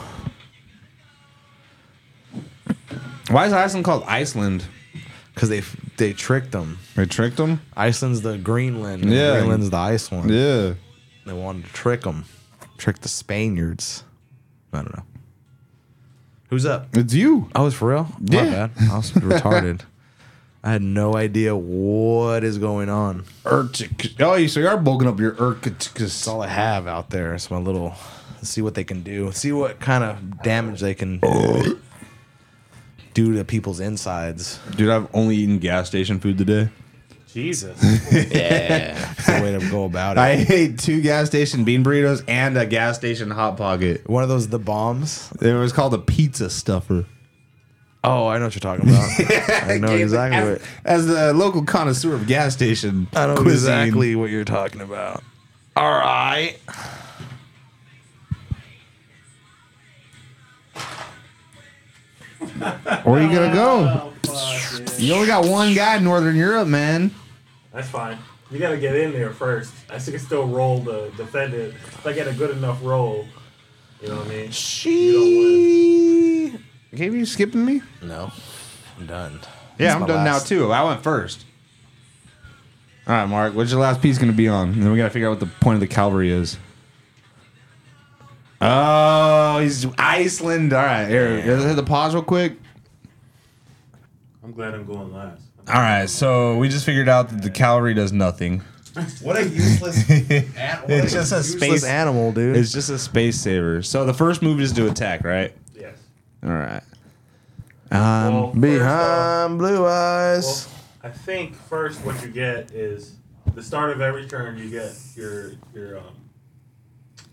B: Why is Iceland called Iceland?
C: Cause they they tricked them.
B: They tricked him.
C: Iceland's the Greenland. and
B: Yeah.
C: Greenland's the Iceland.
B: Yeah.
C: They wanted to trick them. Trick the Spaniards. I don't know. Who's up?
D: It's you.
C: Oh, it's for real? My
D: Yeah.
C: bad.
B: [laughs]
C: I was retarded. I had no idea what is going on.
D: Urtic. Oh, you- so you are bulking up your
C: It's
D: urticus.
C: all I have out there. It's my little. See what they can do. See what kind of damage they can do to people's insides.
D: Dude, I've only eaten gas station food today.
A: Jesus.
C: It's the way to go about
B: [laughs]
C: it.
B: I ate two gas station bean burritos and a gas station hot pocket.
C: One of those the bombs.
B: It was called a pizza stuffer.
C: Oh, I know what you're
B: [laughs]
C: talking about. I know exactly
B: As,
C: what.
B: as the local connoisseur of gas station
C: I know
B: cuisine,
C: exactly what you're talking about. All right.
B: where are you gonna go? You only got one guy in Northern Europe, man.
A: That's fine. You gotta get in there first. I still can still roll the defendant. If I get a good enough roll, you know what I mean.
B: She gave you skipping me.
C: No, I'm done.
B: Yeah, I'm done now too. I went first. All right, Mark. What's your last piece going to be on? And then we got to figure out what the point of the cavalry is. Oh, he's Iceland. All right, here. Let's hit the pause real quick.
A: I'm glad I'm going last.
B: All right, so we just figured out that the cavalry does nothing.
C: What a
A: [laughs]
C: useless,
B: It's just a
C: useless
B: space.
C: animal, dude.
B: It's just a space saver. So the first move is to attack, right?
A: Yes.
B: All right.
A: Well, first off-
C: Um, Behind blue eyes.
A: Well, I think first what you get is the start of every turn you get your your um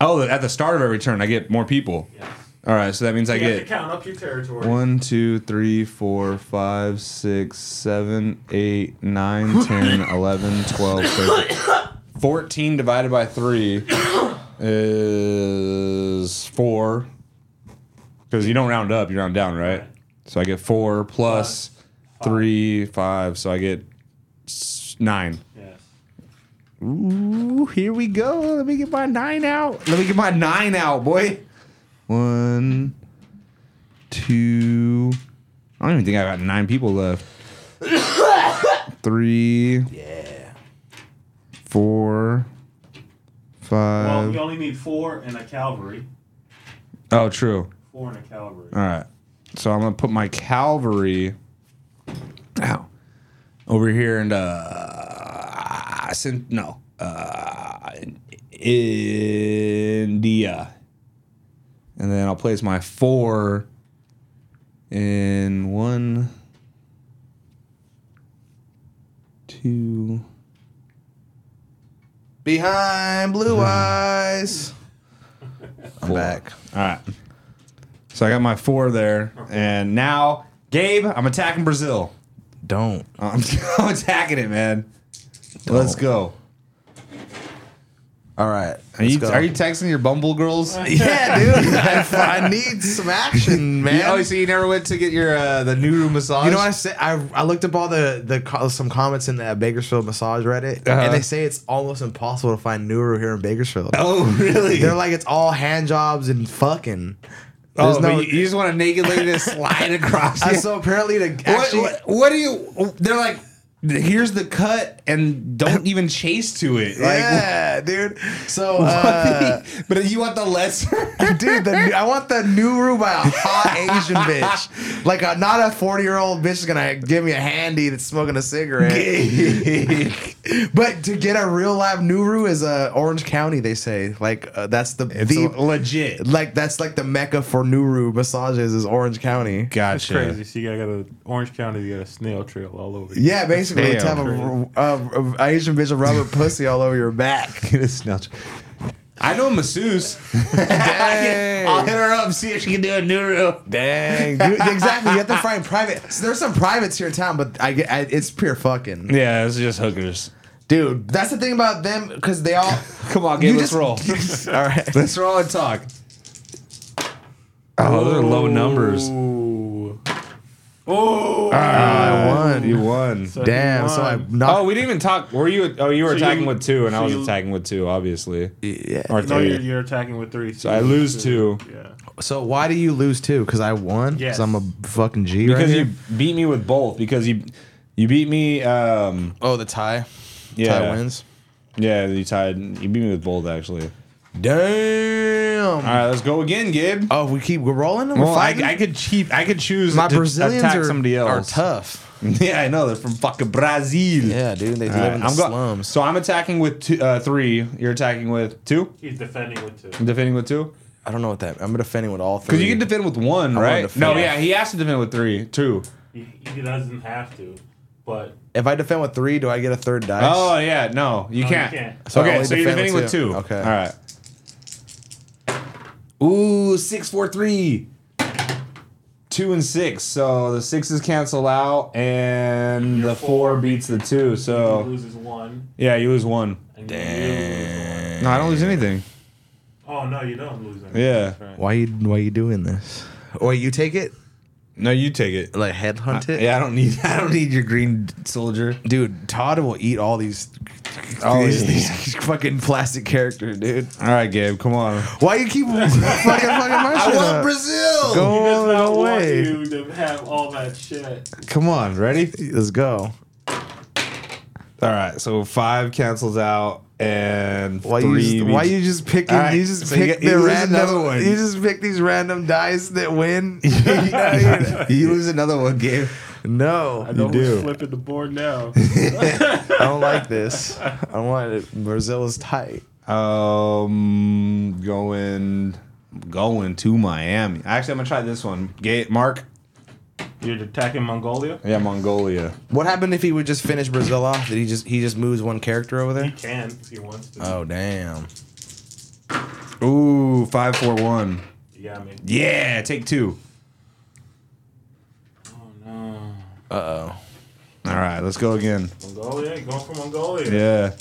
B: Oh, at the start of every turn, I get more people.
A: yeah.
B: All right, so that means I
A: You have to
B: get
A: count up your territory.
B: One, two, three, four, five, six, seven, eight, nine, ten, eleven, twelve, thirteen. 14 divided by 3 is 4. Because you don't round up, you round down, right? So I get 4 plus 3, 5. So I get s- 9.
A: Yes.
B: Ooh, here we go. Let me get my nine out. Let me get my nine out, boy. One, two. I don't even think I got nine people left. [coughs] Three. Yeah. Four.
A: Well,
B: Five.
A: you only need four and a cavalry.
B: Oh, true.
A: Four and a cavalry.
B: All right. So I'm gonna put my cavalry. Ow. Over here and uh, sin- no, uh, in- India, and then I'll place my four in one, two.
C: Behind blue eyes. I'm back.
B: All right. So I got my four there, and now Gabe, I'm attacking Brazil. [laughs]
C: Don't.
B: I'm, I'm attacking it, man. Let's go.
C: All right.
B: Are you,
C: let's go.
B: are you texting your Bumble [laughs] girls?
C: [laughs] yeah, [laughs] dude. I, I need some action, man.
B: You, oh, so you never went to get your uh, the new room massage?
C: You know, I said I, I looked up all the the co- some comments in the Bakersfield massage Reddit,
B: Uh-huh.
C: and they say it's almost impossible to find Nuru here in Bakersfield.
B: oh, [laughs] really?
C: They're like it's all hand jobs and fucking.
B: oh,
C: There's no.
B: but you, you just want a naked [laughs] lady to slide across.
C: Uh,
B: you.
C: so apparently, to
B: what,
C: actually,
B: what, what do you? They're like, here's the cut, and don't even chase to it. Like,
C: yeah, dude. So, uh,
B: but you want the [laughs] lesser.
C: [laughs] dude, the, I want the Nuru by a hot Asian bitch, like a, not a forty year old bitch is gonna give me a handy that's smoking
B: [laughs]
C: a cigarette. but to get a real live Nuru is uh, Orange County, they say. Like uh, that's the the
B: [laughs] legit.
C: like that's like the mecca for Nuru massages is Orange County.
A: That's
B: Gotcha.
A: crazy. So you got a Orange County, you got a snail trail all over. you.
C: Yeah, basically, to have a,
A: Damn.
C: a, a Asian bitch a rubber pussy all over your back.
B: [laughs] Get a snatch. I know a masseuse. [laughs]
C: Dang.
B: I'll hit her up, see if she can do a new room. [laughs]
C: Dang, you, exactly. You have to find private. So there's some privates here in town, but I, get I it's pure fucking,
B: Yeah, it's just hookers.
C: dude. That's the thing about them
B: [laughs]
C: because they all.
B: Come on, Gabe,
C: You
B: let's
C: just-
B: roll.
C: all
B: [laughs]
C: right.
B: Let's roll and talk. Oh, those are low numbers.
A: Ooh. Oh.
C: [laughs] I won.
B: You won.
C: Damn. So I
B: Oh,
C: knocked.
B: we didn't even talk. Were you? Oh, you were
A: So
B: attacking
A: you-
B: with two, and I
A: so
B: was
A: you-
B: attacking with two, obviously.
C: yeah.
B: Or
A: No,
B: three.
A: you're, you're attacking with three. So
B: I lose two
A: Yeah.
B: Oh.
C: So why do you lose too? Because I won. Because
A: Yes.
C: I'm a fucking G. right
B: because
C: here?
B: you beat me with both. Because you, you beat me. Um,
C: Oh, the tie.
B: yeah,
C: Tie wins.
B: yeah, you tied. You beat me with both actually.
C: Damn.
B: All right, let's go again, Gabe.
C: Oh, we keep we're rolling. We're
B: Uh, Well, I,
C: fighting?
B: I could cheap. I could choose.
C: My
B: to
C: Brazilians
B: attack
C: are,
B: somebody else.
C: are tough.
B: [laughs] yeah, I know they're from fucking Brazil.
C: Yeah, dude. They
B: All
C: live
B: right,
C: in the
B: I'm go-
C: slums.
B: So I'm attacking with two, uh, three. You're attacking with two.
A: He's defending with two.
B: I'm defending with two.
C: I don't know what that. I'm defending with all three.
B: Because you can defend with one,
C: wanna
B: right?
C: defend.
B: No, yeah, he has to defend with three, two.
A: He, he doesn't have to, but
C: if I defend with three, do I get a third dice?
B: Oh yeah, no, you
A: No, you
B: can't.
A: can't.
C: So I
B: okay,
C: only
B: so you're defending
C: defend with
B: with
C: two.
B: two.
C: Okay.
B: all right. Ooh, six, four, three. Two and six, so the sixes cancel out, and the four beats the two.
A: he
B: So
A: loses one.
B: yeah, you lose one.
A: And Damn. You lose one.
B: No, I don't lose anything.
A: Oh no, you don't lose anything.
B: Yeah.
A: That's right.
C: Why you Why you doing this? Or you take it
B: No, you take it.
C: like headhunt it?
B: Uh, Yeah, I don't need. [laughs] I don't need your green soldier.
C: dude. Todd will eat all these.
B: Oh,
C: these,
B: yeah.
C: these fucking plastic characters, dude.
B: All right, Gabe, come on.
C: Why you
B: [laughs]
C: keep fucking fucking my shit up?
B: Brazil.
C: Go
A: He does
C: on
A: not want
C: away.
A: you to have all that shit.
C: Come on,
B: Ready?
C: let's go.
B: All right, so five cancels out and
C: Why
B: three.
C: you? Just, why
B: beats-
C: you just picking?
B: All right,
C: You just
B: so you
C: pick
B: get- you
C: the
B: lose
C: random.
B: another one.
C: You just pick these random dice
B: [laughs]
C: that win. [laughs] I mean,
B: you lose another one, Gabe.
C: no,
A: I know
B: You do.
A: who's flipping the board now.
C: I don't like this. I don't want it. Brazil is tight.
B: Um, going, going to Miami. Actually, I'm gonna try this one. Gabe, Mark.
A: [laughs] You're attacking Mongolia.
B: Yeah, Mongolia.
C: What happened if he would just finish Brazil off? Did he just he just moves one character over
A: He
C: there?
A: can if he wants to.
C: Oh damn!
B: Ooh, five, four, one.
A: You got me.
B: Yeah, take two.
A: Oh no,
C: Uh oh.
B: All right, let's go again.
A: Mongolia. You're going for Mongolia.
B: Yeah.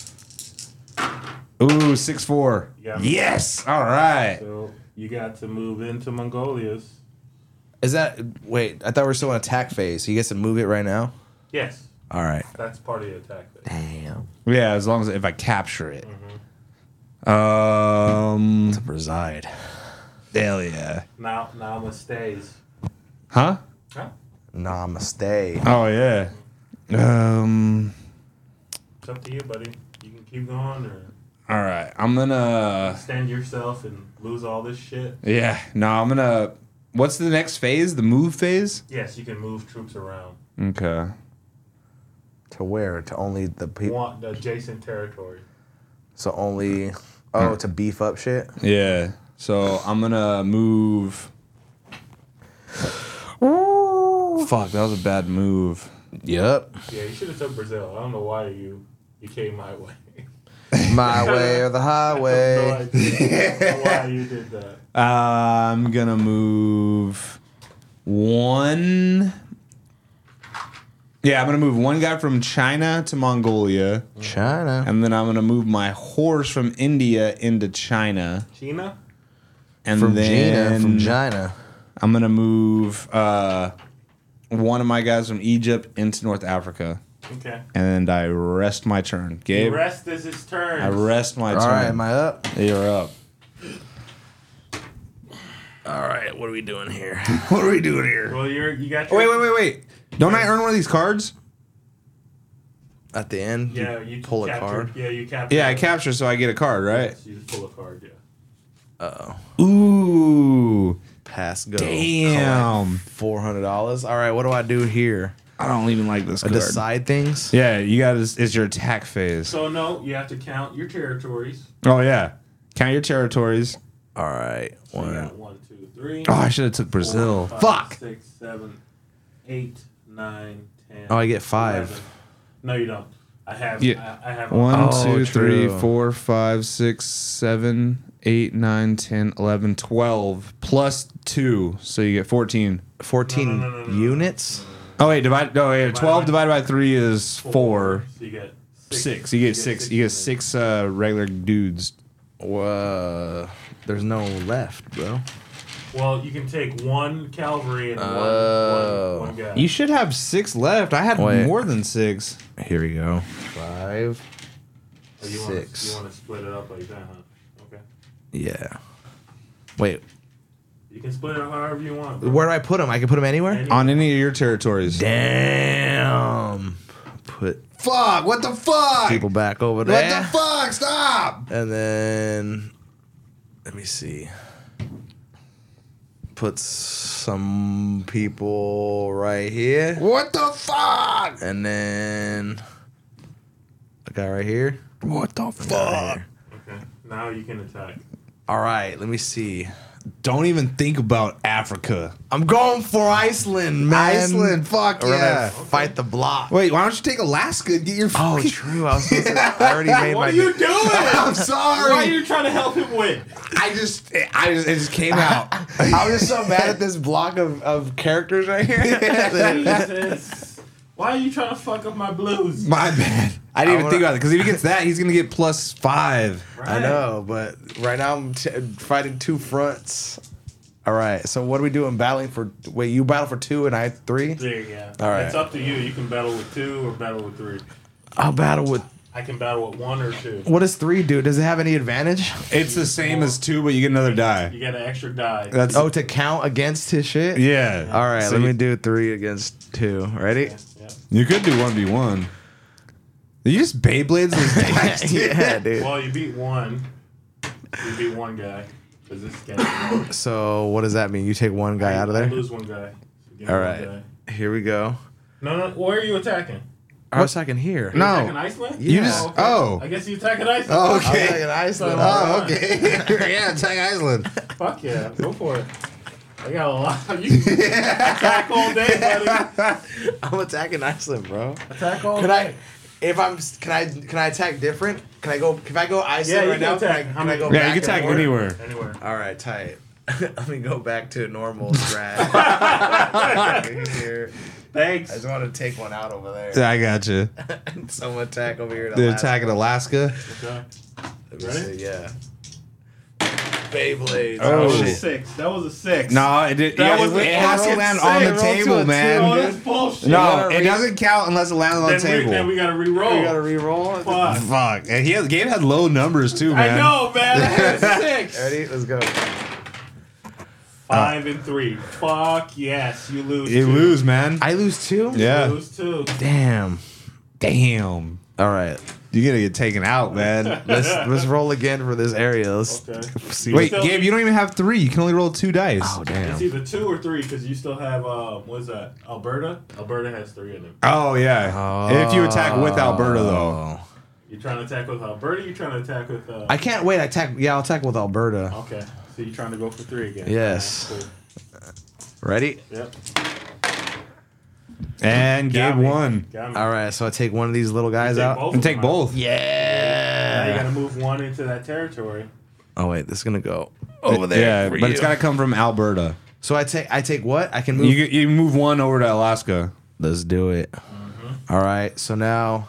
B: Ooh, six, four.
A: Yeah.
B: Yes. All right.
A: So you got to move into Mongolia's.
C: Is that wait? I thought we were still in attack phase. He gets to move it right now.
A: Yes,
C: All right.
A: that's part of the attack. phase.
C: Damn.
B: Yeah, as long as if I capture it.
A: Mm-hmm.
B: Um.
C: Reside.
B: Hell yeah.
A: Now, now it stays.
B: Huh?
A: Huh?
C: Namaste.
B: Oh yeah. Um.
A: It's up to you, buddy. You can keep going or
B: All right. I'm gonna.
A: stand yourself and lose all this shit.
B: Yeah. No, I'm gonna. What's the next phase? The move phase.
A: Yes, you can move troops around.
B: Okay.
C: To where? To only the
A: You
C: people.
A: want the adjacent territory.
C: So only. Oh, to beef up shit.
B: Yeah. So I'm gonna move. Fuck, that was a bad move.
C: Yep.
A: Yeah, you should have took Brazil. I don't know why you you came my [laughs] way.
B: [laughs]
C: My way or the
A: No
C: highway.
A: idea why you did that.
B: I'm gonna move one. Yeah, I'm gonna move one guy from China to Mongolia,
C: China.
B: and then I'm gonna move my horse from India into China,
A: China?
B: and
C: From
B: then
C: Gina. From China.
B: I'm gonna move uh, one of my guys from Egypt into North Africa,
A: Okay.
B: and I rest my turn.
A: The
B: Gabe,
A: rest is his turn.
B: I rest my
C: All right.
B: turn.
C: Am I up?
B: You're up.
C: All right. What are we doing [laughs] here?
B: What are we doing
C: [laughs]
B: here?
A: well, you're you
C: Oh,
A: got your
B: Wait, wait, wait, wait! Don't I earn one of these cards?
C: At the end. you
A: Yeah, you
C: pull a
A: capture-
C: card.
A: Yeah, you capture.
B: Yeah, I capture, so I get a card, right?
A: You just pull a card. Yeah.
B: Ooh.
C: Pass go.
B: Damn.
C: Four hundred dollars. All right. What do I do here?
B: I don't even like this
C: I decide things.
B: Yeah, you got to it's your attack phase.
A: So no, you have to count your territories.
B: Oh yeah. Count your territories.
C: All right.
A: So you
C: One.
A: got one, two, three.
B: Oh, I should have took
A: four,
B: Brazil.
A: five,
B: Fuck.
A: Six, seven, eight, nine, ten.
C: Oh, I get five.
A: 11. No, you don't. I have.
B: Yeah.
A: I, I have
B: One,
C: Oh,
B: two, three,
C: true.
B: four, five, six, seven, eight, nine, ten, eleven, twelve. plus 2, so you get 14.
C: Fourteen
A: No, no, no, no, no.
C: units.
B: Oh wait, divide no, yeah, 12
A: by-
B: divided by 3 is 4.
A: So you get six.
B: 6. You get 6. You get 6 uh regular dudes.
C: Whoa. There's no left, bro.
A: Well, you can take one cavalry and one-
C: Oh.
A: one, one guy.
B: You should have 6 left. I had
C: Wait.
B: more than 6.
C: Here we go. Five.
A: Oh, you wanna-
C: six.
A: You want to split it up like that, huh? Okay.
C: Yeah. Wait.
A: You can split it up however you want. bro.
C: Where do I put them? I can put them anywhere.
A: Any-
B: on any of your territories.
C: Damn. Put
B: Fuck! What the fuck?
C: people back over there.
B: fuck? Stop!
C: And then Let me see. Put some people right here.
B: What the fuck?
C: And then a guy right here.
B: What the
C: a guy right
B: fuck?
C: here.
A: Okay. Now you can attack.
C: All right, let me see.
B: Don't even think about Africa.
C: I'm going for Iceland, man.
B: Iceland, fuck
C: We're
B: yeah.
C: gonna fight the block.
B: Wait, why don't you take Alaska and get your?
C: [laughs] Oh,
B: fucking-
C: true. I was. Supposed to, I already made
A: What
C: my.
A: are you doing?
B: [laughs]
A: Why
B: I'm
A: are
B: sorry.
A: you trying to help him win?
B: I just, I just, it just came [laughs] out.
C: I'm just so mad at this block of, of characters right [laughs] here.
A: Jesus. Why are you trying to fuck up my blues?
B: My bad. I didn't
C: I
B: even
C: wanna-
B: think about it because if he gets that, he's gonna get plus five.
C: I know, but right now I'm t- fighting two fronts. All right, so what are we doing? Battling for wait, you battle for two and I three.
A: There you go.
C: All right.
A: It's up to you. You can battle with two or battle with three.
C: I'll battle with.
A: I can battle with one or two.
C: What does three do? Does it have any advantage?
B: It's the same as two, but you get another die.
A: You got an extra die.
B: That's
C: Oh, to count against his shit.
B: yeah.
C: All right,
B: So
C: let
B: you-
C: me do three against two. Ready?
A: Yeah.
D: You could do one v one.
B: You just Beyblades [laughs] those dice.
C: [laughs] yeah, dude.
A: Well, you beat one. You beat one guy. Because this guy.
C: So what does that mean? You take one guy out of
A: I
C: there.
A: lose one guy. You get
C: All
A: one
C: right,
A: guy.
C: here we go.
A: No, no. Where are you attacking?
C: I was second here.
A: You
B: No.
A: attacking Iceland?
C: Oh. You just-
A: okay.
B: oh.
A: I guess you attacking Iceland.
B: Oh,
C: I was
B: okay.
C: second Iceland.
B: Oh, okay. [laughs]
C: [laughs]
B: yeah, Tag Island.
A: Fuck yeah, go for it. I got a lot. [laughs] You
C: [laughs]
A: can attack all day, buddy.
C: I'm attacking Iceland, bro.
A: Attack all
C: Can
A: day.
C: I? If I'm, can I? Can I attack different? Can I go? Can I go
A: Yeah,
C: Iceland
A: you
C: right
A: can
C: now?
A: attack.
C: Can I,
A: How
C: can I
A: many-
C: go?
A: Yeah, you
C: back
B: can
C: and
B: attack
C: forth?
B: anywhere.
A: Anywhere.
C: All right, tight. [laughs] Let me go back to
B: [laughs]
C: normal strat. Here. I
A: Thanks.
C: just want to take one out over there.
B: I got you.
C: [laughs] Someone attack over here. To
B: They're
C: last.
B: attacking Alaska.
C: Oh,
A: Okay.
C: Let me
A: Ready?
C: see, Yeah. Beyblades.
A: That
B: Oh,
A: was a
B: shit.
A: six. That was a six.
B: No, it, did,
A: That
B: yeah,
A: was
B: it,
A: a
B: it has to
A: fucking
B: land
A: six.
B: on
A: Roll
B: the
A: to
B: table,
A: Oh,
B: man.
A: that's bullshit.
B: No, it doesn't count unless it lands on the
A: Then We, then
B: table.
A: we gotta re-roll.
C: You gotta re-roll. it.
B: [laughs]
A: Fuck.
B: Fuck. And he had, the game had low numbers too,
A: I
B: man.
A: know, man. I had
B: [laughs]
A: a six.
C: Ready? Let's go.
A: Five and three. Fuck yes, you lose.
B: Uh, You
A: two.
B: lose, man.
C: I lose two.
A: You
B: yeah.
A: lose two.
C: Damn.
B: Damn.
C: All right.
B: You're gonna get taken out, man.
C: Let's let's [laughs] roll again for this area. Let's
A: Okay.
C: see.
B: Wait,
A: still-
B: Gabe, you don't even have three. You can only roll two dice.
C: Oh
B: Oh,
A: It's
C: damn.
A: either two or three because you still have uh, what's that? Alberta. Alberta has three in it.
B: Oh, yeah. If you attack with Alberta, though.
A: You trying to attack with Alberta? You trying to attack with? Uh,
C: Oh. I can't wait. I attack. Yeah, I'll attack with Alberta.
A: okay, so you trying to go for three again?
C: Yes.
A: Alright,
C: Ready?
A: cool. Yep.
B: And
A: Got
B: Gabe
A: me.
B: won.
A: Got me.
C: All right. So I take one of these little guys
A: Take
C: out.
A: both
B: And
A: of
B: take
A: them out.
B: both.
A: Now you
C: Yeah.
A: gotta move one into that territory.
C: Oh wait, this is gonna go over there.
B: Yeah,
C: for
B: but
C: you.
B: it's got to come from Alberta.
C: So I take. I take what? I can move.
B: You, you move one over to Alaska.
C: Let's do it. All right. So now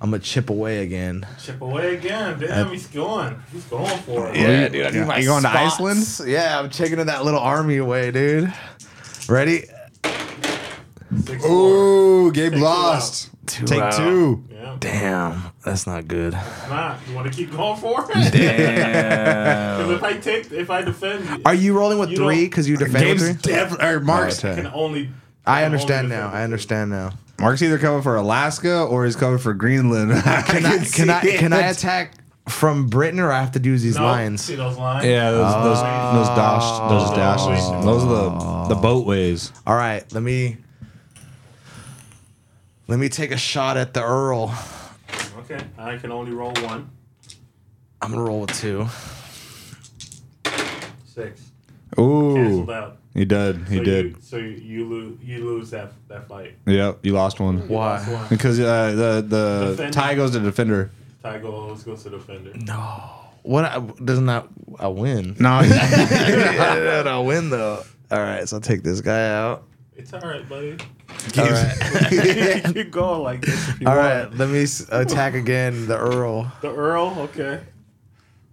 C: I'm gonna chip away again.
A: Chip away again. Damn, he's going. He's going for it.
B: Yeah, dude, I do my [laughs] spots.
C: Yeah, I'm taking in that little army away, dude. Ready?
A: Six more.
B: Ooh, Gabe
A: Take two
B: lost.
C: Two
B: Take
C: out.
B: two.
A: Yeah.
C: Damn, that's not good.
A: Nah, you want to keep going for it? [laughs] Because if I take, if I defend, you,
C: Are you rolling with
A: You
C: three?
A: don't-
C: Because you defend
B: Gabe's
C: three.
B: def- or Mark's.
C: Oh,
A: I
C: okay.
A: can only.
C: I
A: can
C: understand
A: only
C: now.
A: defend
C: I understand now.
B: Mark's either coming for Alaska or he's coming for Greenland. [laughs] I
C: [laughs] Can I
B: see
C: can I, can I
B: it.
C: attack from Britain or I have to do these
A: No,
C: lines?
A: See those lines?
B: Yeah, those those, those dash those
A: Oh.
B: dashes. Those are the the boatways.
C: All right, let me let me take a shot at the Earl.
A: Okay. I can only roll one.
C: I'm gonna roll with two.
A: Six. Canceled
B: Ooh,
A: out.
B: he did.
A: so
B: He
A: You,
B: did.
A: so you, you lose. You lose that that fight.
B: Yep, you lost one
A: That's
C: Why?
A: one.
B: because uh, the the
A: Defender.
B: tie goes to defender.
A: Ty goes goes to defender.
C: What? I, doesn't that I win?
B: No, [laughs]
C: [laughs] yeah, I win though. All right, so I'll take this guy out.
A: It's all right,
C: [laughs]
A: buddy. [laughs]
C: All right,
A: you go like this. If you
C: all
A: want.
C: right. Let me s- attack again the Earl.
A: The Earl. Okay.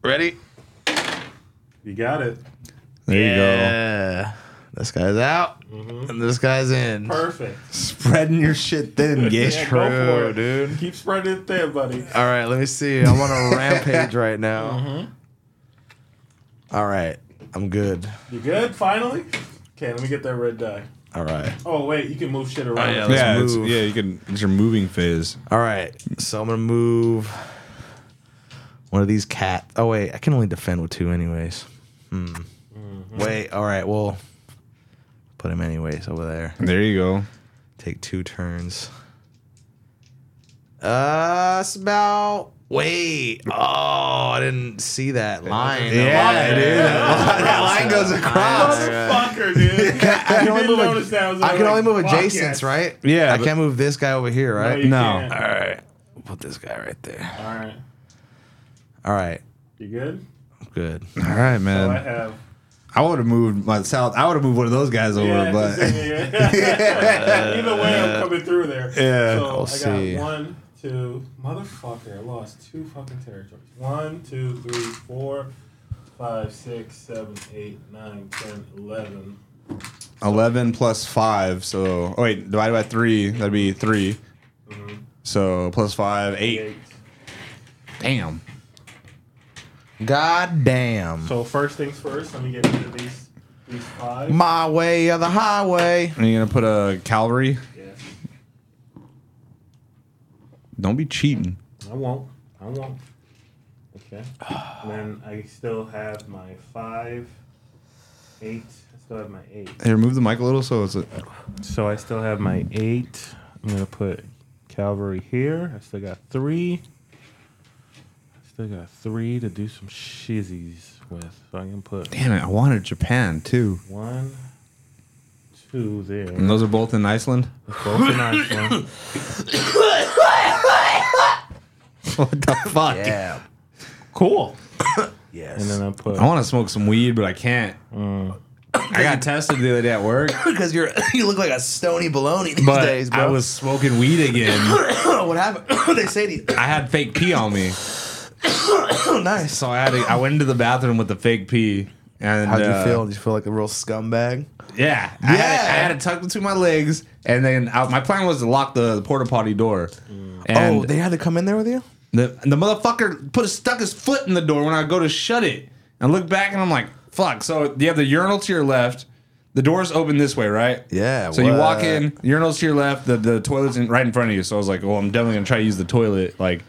C: Ready?
A: You got it.
B: there you
C: Yeah. This guy's out and this guy's in.
A: Mm-hmm. Perfect.
B: [laughs] go. Spreading your shit thin, Gabe.
A: Yeah, go for it.
C: dude.
A: Keep spreading it there, buddy.
C: All right, let me see. I'm on
A: [laughs]
C: a rampage right now.
A: Mm-hmm.
C: All right, I'm good.
A: You good? Finally. Okay. Let me get that red die.
C: All right.
A: Oh wait, you can move shit around.
C: Oh, yeah, let's
B: Yeah, it's,
C: move.
B: yeah, you can. It's your moving phase.
C: All right. So I'm going to move One of these cat. Oh wait, I can only defend with two anyways. Hmm.
A: Mm-hmm.
C: Wait. All right. Well, put him anyways over there.
B: There you go.
C: Take two turns. Uh, it's about. Wait. Oh, I didn't see that line.
B: Yeah,
C: [laughs]
B: dude.
C: That line goes across.
A: Motherfucker, [laughs] dude. I
C: only move a- I can only move adjacents, right?
B: Yeah,
C: I
B: but-
C: can't move this guy over here, right?
B: No.
C: All right. Put this guy right there.
A: All right.
C: All right.
A: You good?
C: [laughs] Good.
B: All right,
A: So I
B: man.
A: have.
B: I would have moved my south. I would have moved one of those guys over,
A: Yeah,
B: but
A: just-
C: [laughs]
A: yeah,
B: [laughs]
A: yeah. [laughs] Either way, I'm coming through there.
B: Yeah.
A: So I got
C: see.
A: one, two, motherfucker. I lost two fucking territories. One, two, three, four, five, six, seven, eight, nine, ten, eleven.
B: eleven plus five. So oh wait, divided by three, that'd be 3 So plus five, eight.
A: Eight.
B: Damn.
C: God damn.
A: So first things first, let me get into these these five.
C: My way or the highway.
B: And you're gonna put a cavalry.
A: yes.
D: Don't be cheating.
A: I won't. I won't. Okay. And then I still have my five, eight. I still have my eight.
B: Here, move the mic a little so it's a,
A: So I still have my eight. I'm gonna put Calvary here. I still got three. I still got three to do some shizzies with. So I can put
B: Damn it, I wanted Japan too.
A: one, two there.
B: And those are both in Iceland. [laughs]
A: Both a nice one.
B: what the fuck?
C: Yeah.
A: Cool.
C: Yes.
A: And then I
B: [laughs]
A: put
B: I want to smoke some weed, but I can't. I got tested the other day at work,
C: because you're [laughs] you look like a stony baloney these
B: but
C: days, bro.
B: I was smoking weed again.
C: [coughs] what happened? [coughs] they say to
B: I had fake pee on me,
C: you, nice.
B: so I had. To, I went into the bathroom with the fake pee. And
C: How'd
B: uh,
C: you feel? Did you feel like a real scumbag?
B: Yeah, I, had it,
C: Yeah.
B: I had it tucked between my legs, and then I, my plan was to lock the, the porta potty door. And
C: oh, they had to come in there with you?
B: The the motherfucker put stuck his foot in the door when I go to shut it. I look back and I'm like, fuck. So you have the urinal to your left. The door's open this way, right?
C: Yeah,
B: So you walk
C: what?
B: in, urinal's to your left, the, the toilet's in, right in front of you. So I was like, well, I'm definitely gonna try to use the toilet. Like,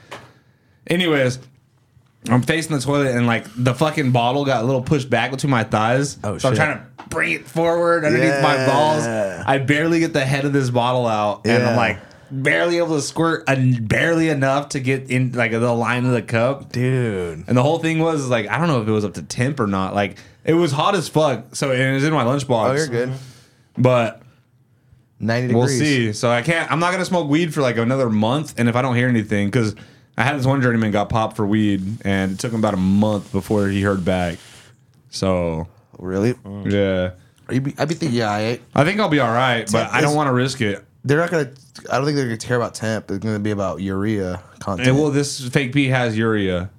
B: anyways, I'm facing the toilet and like the fucking bottle got a little pushed back between my thighs.
C: Oh,
B: so I'm
C: shit.
B: trying to bring it forward underneath my balls.
C: Yeah.
B: I barely get the head of this bottle out, and I'm
C: Yeah.
B: like barely able to squirt and barely enough to get in like the line of the cup.
C: Dude.
B: And the whole thing was like I don't know if it was up to temp or not. Like it was hot as fuck. So and it was in my lunchbox.
C: Oh, you're good.
B: But
C: 90 degrees.
B: we'll see. So I can't. I'm not gonna smoke weed for like another month. And if I don't hear anything, because I had this one journeyman got popped for weed, and it took him about a month before he heard back. So
C: Really?
B: yeah,
C: Are you be- I'd be thinking, yeah, I ain't.
B: I think I'll be all right. But I don't
C: is-
B: want to risk it.
C: They're not going to, I don't think they're going to care about temp. It's going to be about urea content.
B: And well, this fake pee has urea.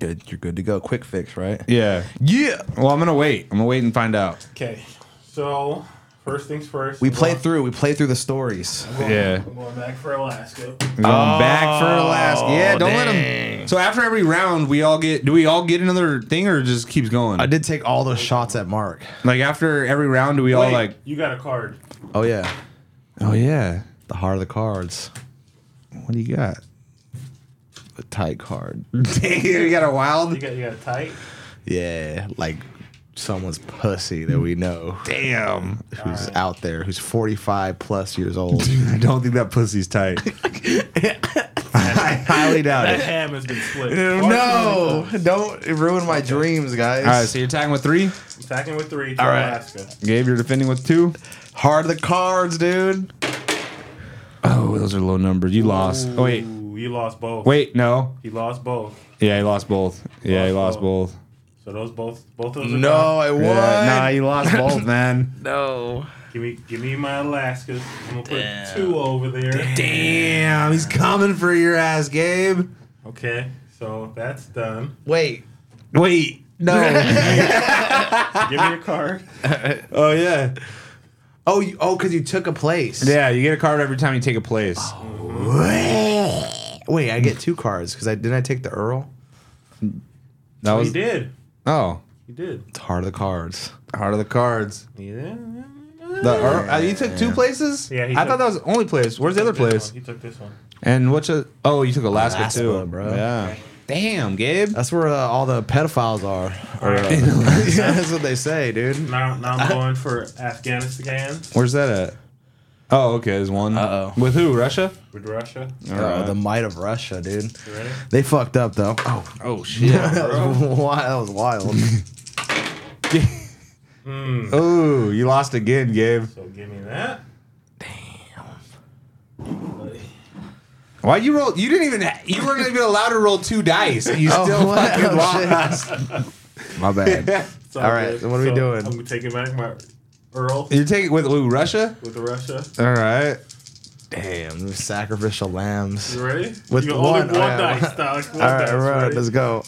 C: good. You're good to go. Quick fix, right?
B: Yeah.
C: Yeah.
B: Well, I'm gonna wait. I'm gonna wait and find out.
A: Okay. So first things first.
C: We
A: I'm
C: played
A: going-
C: through. We played through the stories.
A: I'm going-
B: Yeah.
A: I'm going back for Alaska.
B: I'm going back for Alaska. Yeah, don't let him.
C: dang.
B: So after every round, we all get. Do we all get another thing, or it just keeps going?
C: I did take all those shots at Mark.
B: Like after every round, do we all
A: Wait,
B: like?
A: you got a card.
C: Oh yeah,
B: Oh yeah.
C: the heart of the cards,
B: What do you got?
C: the tight [laughs] card.
B: Damn, [laughs] you got a
A: You
B: wild.
A: got you got a tight.
C: Yeah, like someone's pussy that we know
B: Damn.
C: who's out there who's 45 plus years old.
B: I don't think that pussy's [laughs] tight. I highly doubt [laughs]
A: That
B: it.
A: ham has been split.
C: [laughs] no, don't ruin my dreams, guys.
B: All right, so you're attacking with three.
A: Attacking with three.
C: All right.
A: Alaska.
B: Gabe, you're defending with two.
C: Heart of the cards, dude.
B: Oh, those are low numbers. You lost. Oh wait,
A: Ooh, you lost both.
B: wait, no.
A: He lost both.
B: Yeah, he lost both. Yeah, he
A: Lost
B: lost both.
A: So those both both of those are
C: No,
A: gone.
C: I won.
B: Yeah, nah, you lost both, man.
C: no.
A: Give me give me my Alaskas. I'm gonna put two over there.
B: Damn, he's coming for your ass, Gabe.
A: Okay, so that's done.
C: Wait.
B: Wait, no.
A: Give me a card.
B: [laughs] oh yeah,
C: Oh, you, oh, because you took a place.
B: yeah. You get a card every time you take a place.
C: Wait, I get two cards because I didn't I take the Earl.
B: that
A: He
B: was
A: did.
B: oh
A: He did.
C: It's heart of the cards.
B: heart of the cards.
A: Yeah.
B: The Earl- uh, you took two places.
A: Yeah, he
B: I thought
A: took-
B: that was the only place. Where's the other place?
A: He took this one.
B: And what's a? Oh, you took Alaska,
C: Alaska,
B: too,
C: bro.
B: Yeah. Damn, Gabe.
C: That's where uh, all the pedophiles are. [laughs]
A: All right.
C: yeah, that's what they say, dude.
A: Now, now I'm going for Afghanistan
B: Where's that at? Oh, okay. There's one.
C: Uh-oh.
B: With who? Russia.
A: with Russia.
B: All
C: Uh,
B: right.
C: the might of Russia, dude.
A: You ready?
C: They fucked up though. Oh,
B: oh shit.
C: [laughs] that was wild. That was wild.
B: oh, you lost again, Gabe.
A: So give me that.
B: Why you roll? You didn't even. You weren't even allowed to roll two dice. and You
C: Oh,
B: still
C: what?
B: fucking
C: Oh,
B: lost.
C: My bad.
A: It's
C: All right,
A: good.
C: so what are we doing?
A: I'm taking back my Earl
B: You're taking with who? Russia.
A: with the Russia.
B: All right.
C: Damn, those sacrificial lambs.
A: You ready?
C: With
A: you
C: one-
A: only one
C: all right,
A: dice, Alex. One
C: All right,
A: dice.
C: all right,
A: ready?
C: let's go.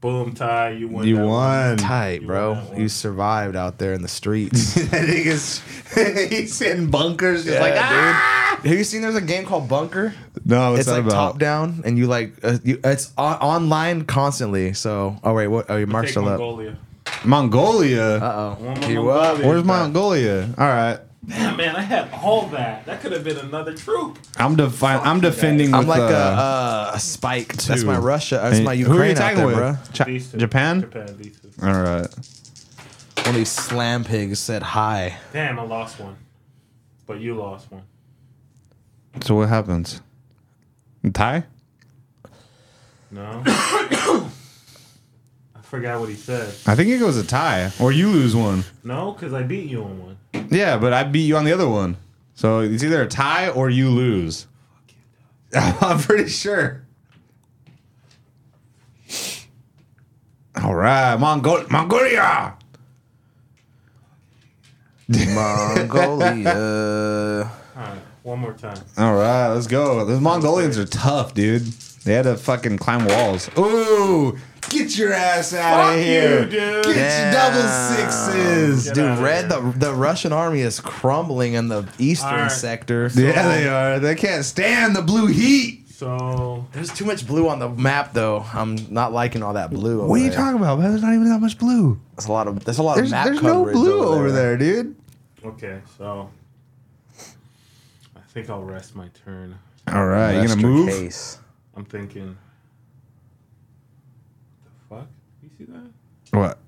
A: Boom, tie. You won.
B: You
A: that one.
B: won.
C: Tight, bro.
A: won that one.
C: You survived out there in the
B: [laughs]
C: streets.
B: that nigga's he's in bunkers, just like ah.
C: dude. Have you seen? There's a game called Bunker.
B: No,
C: it's like top down, and you like uh, you, it's on, online constantly. So, oh wait, what? Oh, your mark's
A: Take
C: still up.
A: Mongolia.
B: Mongolia.
C: Uh
A: One
C: oh,
A: more
C: you up?
A: Mongolia.
B: Where's Mongolia? All right,
A: Damn, man, I had all that. That could have been another troop.
B: I'm defi- I'm defending.
C: I'm
B: with,
C: like
B: uh,
C: a, uh, a spike. That's
B: two.
C: my Russia. That's
B: and-
C: my
B: Who are you
C: Ukraine out
B: attacking
C: there,
B: with?
C: bro.
B: Chi-
A: These two.
B: Japan.
A: Japan, these two.
B: All right.
C: One of these slam pigs said hi.
A: Damn, I lost one. But you lost one.
B: So what happens? Tie.
C: [coughs]
A: No? I forgot what he said.
B: I think it goes a tie, or you lose one.
A: No, because I beat you on one.
B: Yeah, but I beat you on the other one. So it's either a tie or you lose. [laughs] I'm pretty sure. All right, Mongol- Mongolia.
C: [laughs] Mongolia.
A: All right, one more time.
B: All right, let's go. Those Mongolians are tough, dude. They had to fucking climb walls. Ooh, get your ass out
A: Fuck
B: of
A: you,
B: here,
A: dude.
B: Get
C: Damn.
B: your double sixes.
A: Get
C: Dude,
A: outta
C: red
A: here.
C: the the Russian army is crumbling in the eastern
A: Alright.
C: sector.
B: Yeah, they are. They can't stand the blue heat.
A: So,
C: There's too much blue on the map, though. I'm not liking all that blue. Over
B: What are you
C: there.
B: talking about, man? There's not even that much blue.
C: There's a lot of there's a lot
B: There's,
C: of map
B: there's no
C: coverage
B: blue over there, dude.
A: okay, so. I think I'll rest my turn.
B: All right, you
C: Rest
B: gonna
C: your
B: move?
C: case.
A: I'm thinking. The fuck? You see that?
B: What?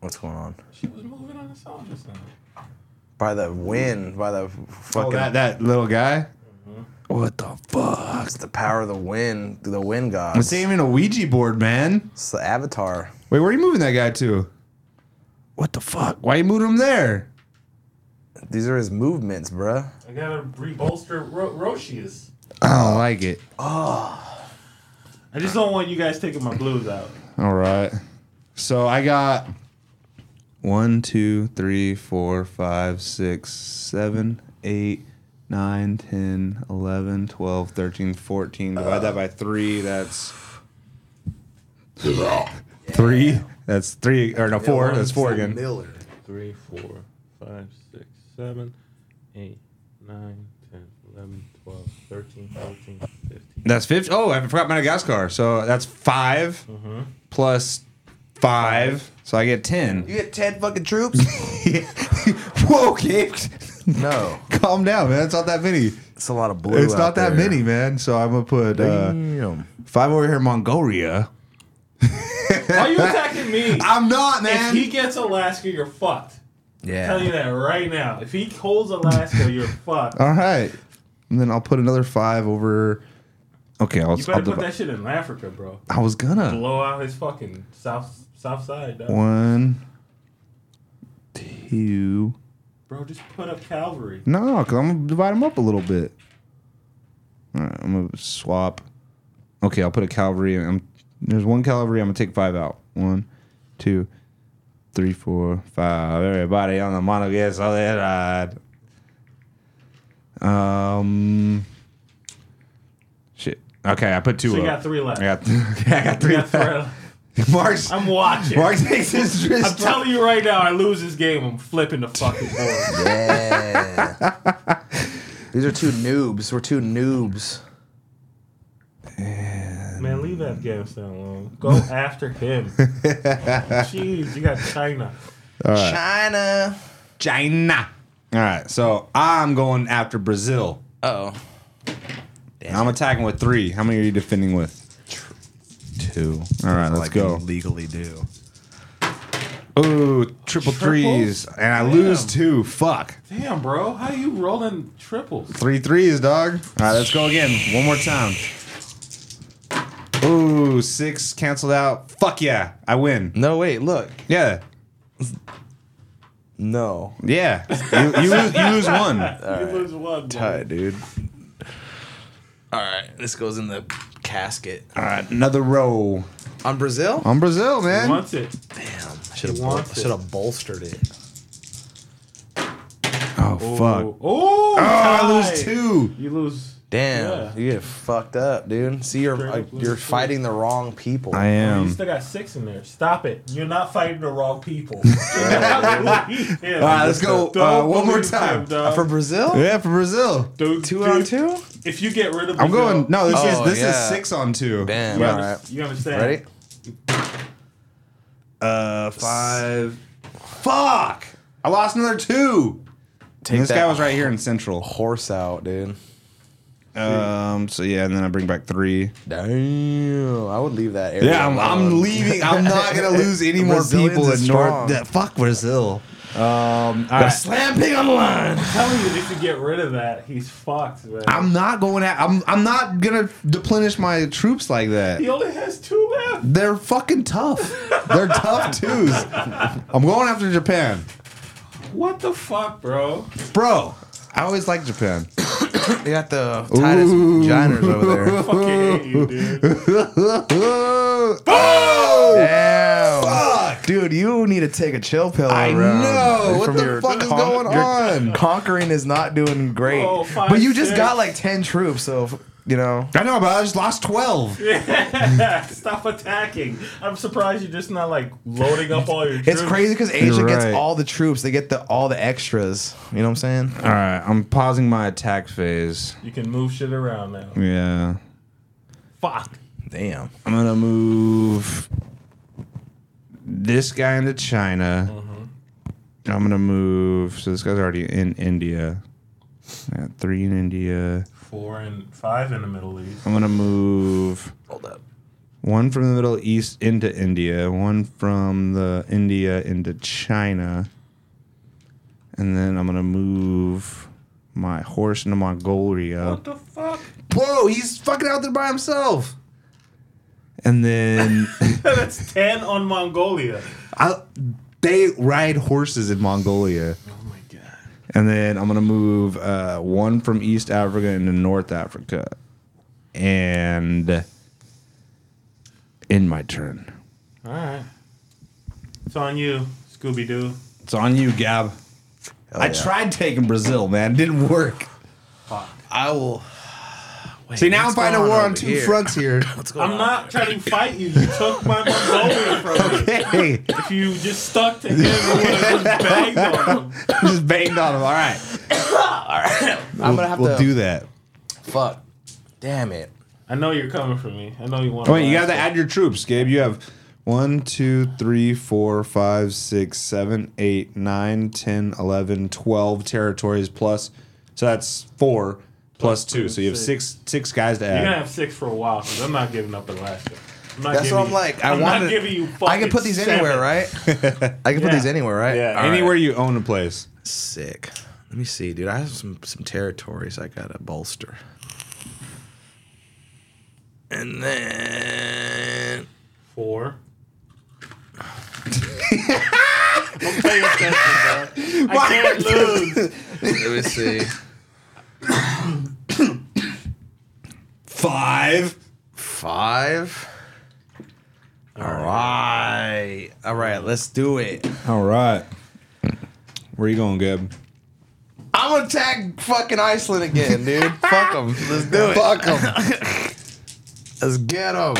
C: What's going on?
A: She was moving on the song just now.
C: By the wind, by the
B: Oh,
C: fucking
B: that that little guy. Mm-hmm.
C: What the fuck? It's the power of the wind, the wind god.
B: It's not even a Ouija board, man.
C: It's the avatar.
B: Wait, where are you moving that guy to? What the fuck? Why you moving him there?
C: These are his movements, bruh.
A: I gotta rebolster Ro- Roshi's.
B: I don't like it.
A: I just don't want you guys taking my blues out.
B: All right. So I got one, two, three, four, five, six, seven, eight, nine, ten, eleven, twelve, thirteen, fourteen. Divide that by three. That's three. That's three or no four. That's four again.
C: Miller.
A: Three, four, five, six, seven, eight, nine, ten, eleven, twelve, thirteen, fourteen, fifteen.
B: That's fifth. Oh, I forgot Madagascar. So that's 5 plus five. So I get ten.
C: You get ten fucking troops?
B: [laughs]
C: [laughs]
B: Whoa, Gabe.
C: no,
B: Calm down, man. It's not that many.
C: it's a lot of blue.
B: It's
C: out
B: not that
C: there.
B: many, man. So I'm gonna put uh,
C: Damn.
B: five over here, Mongolia.
A: [laughs] Why
B: [laughs]
A: are you attacking me?
B: I'm not,
A: if
B: man.
A: he gets Alaska, you're fucked.
C: Yeah.
A: Tell you that right now. If he holds Alaska, you're fucked.
B: [laughs] All right, and then I'll put another five over. Okay, I'll.
A: You
B: I'll
A: better put
B: divi-
A: that shit in Africa, bro.
B: I was gonna
A: Blow out his fucking south south side, dog.
B: one, two.
A: bro. Just put up Calvary.
B: No, because I'm gonna divide them up a little bit. All right, I'm gonna swap. Okay, I'll put a cavalry. and I'm, there's one cavalry. I'm gonna take five out. One, two, three, four, five. Everybody on the mono gets all that ride. Um, shit. Okay, I put two.
A: So you
B: up.
A: got three left.
B: I got, okay, [laughs] I got
A: You
B: three.
A: got
B: left.
A: three-
B: [laughs] Mark's,
A: I'm watching.
B: Mark takes his wrist.
A: I'm telling you right now, I lose this game, I'm flipping the fucking board.
C: Yeah. These are two noobs. We're two noobs.
A: Man, leave Afghanistan alone.
B: [laughs]
A: Go after him. Jeez, you got China.
C: China.
B: China. All right, so I'm going after Brazil.
C: Oh.
B: I'm attacking with three. How many are you defending with?
E: Two.
B: All right,
E: That's all
B: let's
E: I can
B: go.
E: Legally do.
B: Ooh, triple, threes, and I lose two. Fuck,
A: Damn, bro, how you rolling triples?
B: three threes, dog. All right, let's go again. One more time. Ooh, six canceled out. Fuck yeah, I win.
E: No, wait. Look.
B: Yeah,
E: No.
B: yeah. You, you, lose, you lose one.
A: you lose one.
E: Tight, dude.
C: All right, this goes in the casket.
B: All right, another row.
E: On Brazil?
B: I'm Brazil, man.
A: Wants it.
C: Damn, I should have
A: He
C: bol-
A: wants it.
C: should have bolstered it.
B: Oh fuck.
A: Oh, oh,
B: I lose two.
A: You lose.
C: Damn,
A: Yeah.
C: you get fucked up, dude. See, you're
A: Straight
C: like,
A: up lose
C: you're
A: three.
C: fighting the wrong people.
B: I
A: you
B: am.
A: still got six in there. Stop it. You're not fighting the wrong
B: [laughs]
A: people. Do [laughs] not believe him.
B: All right, let's go uh,
A: Don't
B: one more
A: believe
B: time.
A: him, dog.
E: For Brazil?
B: Yeah, for Brazil.
A: Dude,
E: Two
A: dude,
E: on two?
A: If you get rid of
B: I'm
A: Brazil,
B: going. No, this
C: Oh,
B: is this
C: yeah.
B: is six on two.
C: Damn.
A: you,
C: All
A: under-
C: right.
A: you understand?
C: Ready?
B: Uh, five. Fuck! I lost another two.
C: Take
B: and this
C: that
B: guy was right here in Central.
C: horse out, dude. Oh,
B: Um. So yeah, and then I bring back three.
C: Damn, I would leave that area.
B: Yeah, I'm, I'm
C: alone.
B: leaving. I'm not
C: [laughs]
B: gonna lose any more
E: Brazilians
B: people
E: is
B: in
E: strong.
B: North. that- fuck Brazil. Um. all
C: Got a
B: right.
C: slam pig on the line.
A: I'm telling you, if you get rid of that, he's fucked, man.
B: I'm not going out. I'm. I'm not gonna deplenish my troops like that.
A: he only has two left.
B: They're fucking tough. They're tough twos. I'm going after Japan,
A: What the fuck, bro?
B: bro. I always
E: [coughs]
B: like Japan.
E: They got the tightest
B: Ooh.
E: vaginas Oh, over
B: [laughs]
E: there.
A: Fucking hate you, dude. [laughs]
E: Damn.
B: Oh. Fuck.
E: Dude, you need to take a chill pill.
B: I
E: around
B: know. What
E: from
B: the
E: your
B: fuck is
E: con-
B: going
E: your
B: on?
E: Conquering is not doing great.
A: Oh, five,
E: but you just
A: six.
E: got like 10 troops, so, you know.
B: I know, but I just lost twelve.
A: Stop attacking. I'm surprised you're just not like loading up all your.
E: It's
A: troops.
E: crazy because Asia
B: You're
E: gets
B: right.
E: all the troops. They get the all the extras. You know what I'm saying?
B: All right, I'm pausing my attack phase.
A: You can move shit around now.
B: Yeah,
A: Fuck.
E: Damn.
B: I'm gonna move this guy into China. I'm gonna move. So this guy's already in India. I got three in India.
A: Four and five in the Middle East.
B: I'm gonna move
C: Hold up.
B: one from the Middle East into India, one from the India into China, and then I'm gonna move my horse into Mongolia.
A: What the fuck?
B: Whoa, he's fucking out there by himself. And [laughs] then
A: That's ten on Mongolia.
B: I, they ride horses in Mongolia.
A: Oh my god.
B: And then I'm gonna move uh, one from East Africa into North Africa, and end my turn.
A: All right. It's on you, Scooby Doo.
B: It's on you, Gab. I tried taking Brazil, man. It didn't work.
C: I will.
B: See, now I'm
C: what's
B: fighting a
C: going
B: war
C: on
B: on
C: over
B: two
C: here?
B: fronts here.
C: What's going
A: I'm
C: on?
A: not trying to fight you. You took my Mongolia from me.
B: [laughs] hey, [laughs]
A: If you just stuck to him, I would have just banged on him.
B: just banged on him. All right,
C: [laughs] I'm gonna have
B: we'll
C: to
B: do that.
C: fuck. Damn it.
A: I know you're coming for me. I know you want.
B: Oh, wait, you got to add your troops, Gabe. You have one, two, three, four, five, six, seven, eight, nine, ten, eleven, twelve territories plus. So that's four plus, plus two.
A: two,
B: So you have
A: six.
B: six six guys to
A: You're gonna
B: add.
A: have six for a while because I'm not giving up Alaska. I'm not
E: That's
A: giving
E: what I'm
A: you-
E: like. I
A: I'm
E: wanted.
A: not giving you. Fucking
E: I can put these
A: seven.
E: anywhere, right? I can put
A: Yeah.
E: these anywhere, right?
B: Yeah, anywhere you own a place.
C: Sick. Let me see, dude. I have some some territories I gotta bolster. And then
E: [laughs]
A: Four. I'm paying attention, bro. I can't lose.
C: let me see.
B: Five.
C: Five. All right. All right, let's do it.
B: All right. Where you going, Gabe?
C: I'm gonna attack fucking Iceland again, [laughs] dude. Fuck them. Let's do it.
B: Fuck him.
C: [laughs] Let's get them.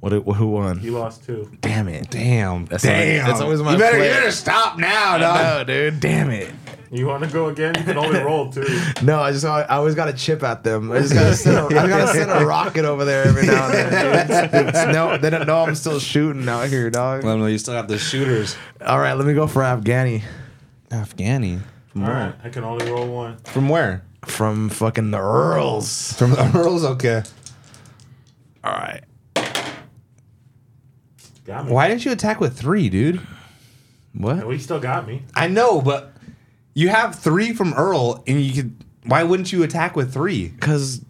C: What, what? Who won?
A: You lost two.
C: Damn it!
B: Damn.
C: That's
B: Damn.
C: always- that's always my
B: you better,
C: play.
B: you better stop now, dog.
C: No, dude. Damn it!
A: You want to go again? You can only roll
E: [laughs]
A: two.
C: No, I just I always got to chip at them. I just got to send a, I got to send a rocket over there every now and then. dude. It's- it's- no, they don't know I'm still shooting out here, dog.
B: Well, no, you still have the shooters.
C: All right, let me go for Afghani.
B: Afghani.
A: All right, I can only roll one.
B: From where?
C: from fucking the Earls.
B: From the Earls, okay.
C: All right.
A: Got me.
B: Why didn't you attack with three, dude?
A: And
C: What?
A: we still got me.
B: I know, but you have three from Earl, and you could. Why wouldn't you attack with three?
C: Because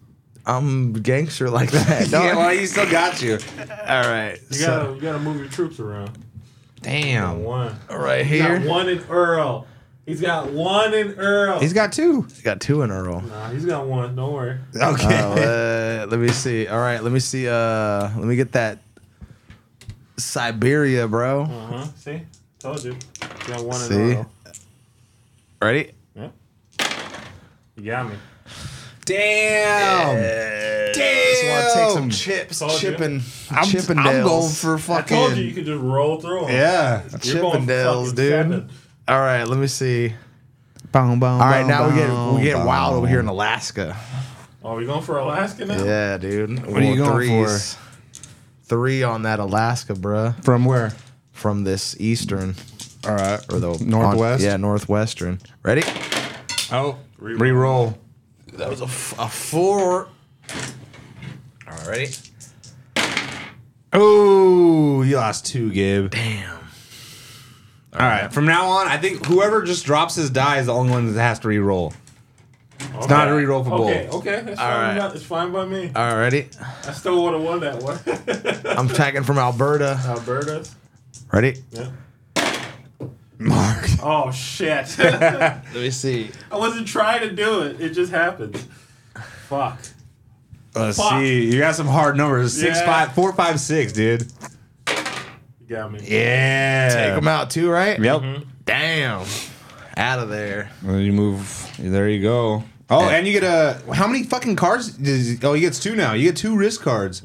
C: I'm gangster like
B: [laughs]
C: that. dog.
B: he still got you.
C: All right.
A: You
C: so-
A: gotta, you gotta move your troops around.
B: Damn.
A: One.
C: all right
A: He's
C: here.
A: got one in Earl. He's got one in Earl.
B: He's got two.
C: got two in a row.
A: nah, he's got one. Don't worry.
B: Okay.
C: Uh, let me see. All right, let me see. Uh, let me get that Siberia, bro.
A: Uh huh. See, told you. He's got one
C: See?
A: in Earl.
C: Ready?
A: Yeah. You got me.
B: Damn.
C: Just want to take some
B: Damn.
C: chips,
A: Told you.
C: chipping,
B: I'm,
C: chipping
B: I'm going for
A: I told you
B: fucking.
A: you could just roll through 'em.
B: Yeah.
A: You're going
C: Chippendales,
A: fucking
C: dude.
A: seven.
C: All right, let me see.
F: Boom, boom,
C: All right, now we get we get wild over here in Alaska.
A: Oh, we going for Alaska now?
C: Yeah, dude. What
F: are you going for?
C: Three on that Alaska, bruh.
F: From where?
C: From this eastern
F: All right.
C: or the
F: Northwest?
C: yeah, northwestern. Ready?
B: Oh.
F: Reroll.
C: That was a, f- a four. All right, ready?
B: Oh, he lost two, Gabe.
C: Damn.
B: All right. From now on, I think whoever just drops his die is the only one that has to re-roll.
A: It's
B: not a reroll for bowl.
A: Okay, okay. That's
C: All
A: fine.
C: right.
A: Not- It's fine by me.
C: All right, ready?
A: I still would have won that one.
C: [laughs] I'm tagging from Alberta.
A: Alberta.
C: Ready?
A: Yeah.
B: Mark.
A: Oh, shit. I
C: Let me see.
A: wasn't trying to do it. It just happened. Fuck.
B: Let's
A: Fuck.
B: see. You got some hard numbers. Six,
A: Yeah.
B: five, four, five, six, dude.
A: You got me.
B: Yeah.
C: Take them out too, right?
B: Yep.
C: Damn. Out of there.
B: Well, you move. There you go. Oh, and you get a. How many fucking cards? Does, oh, he gets two now. You get two wrist cards.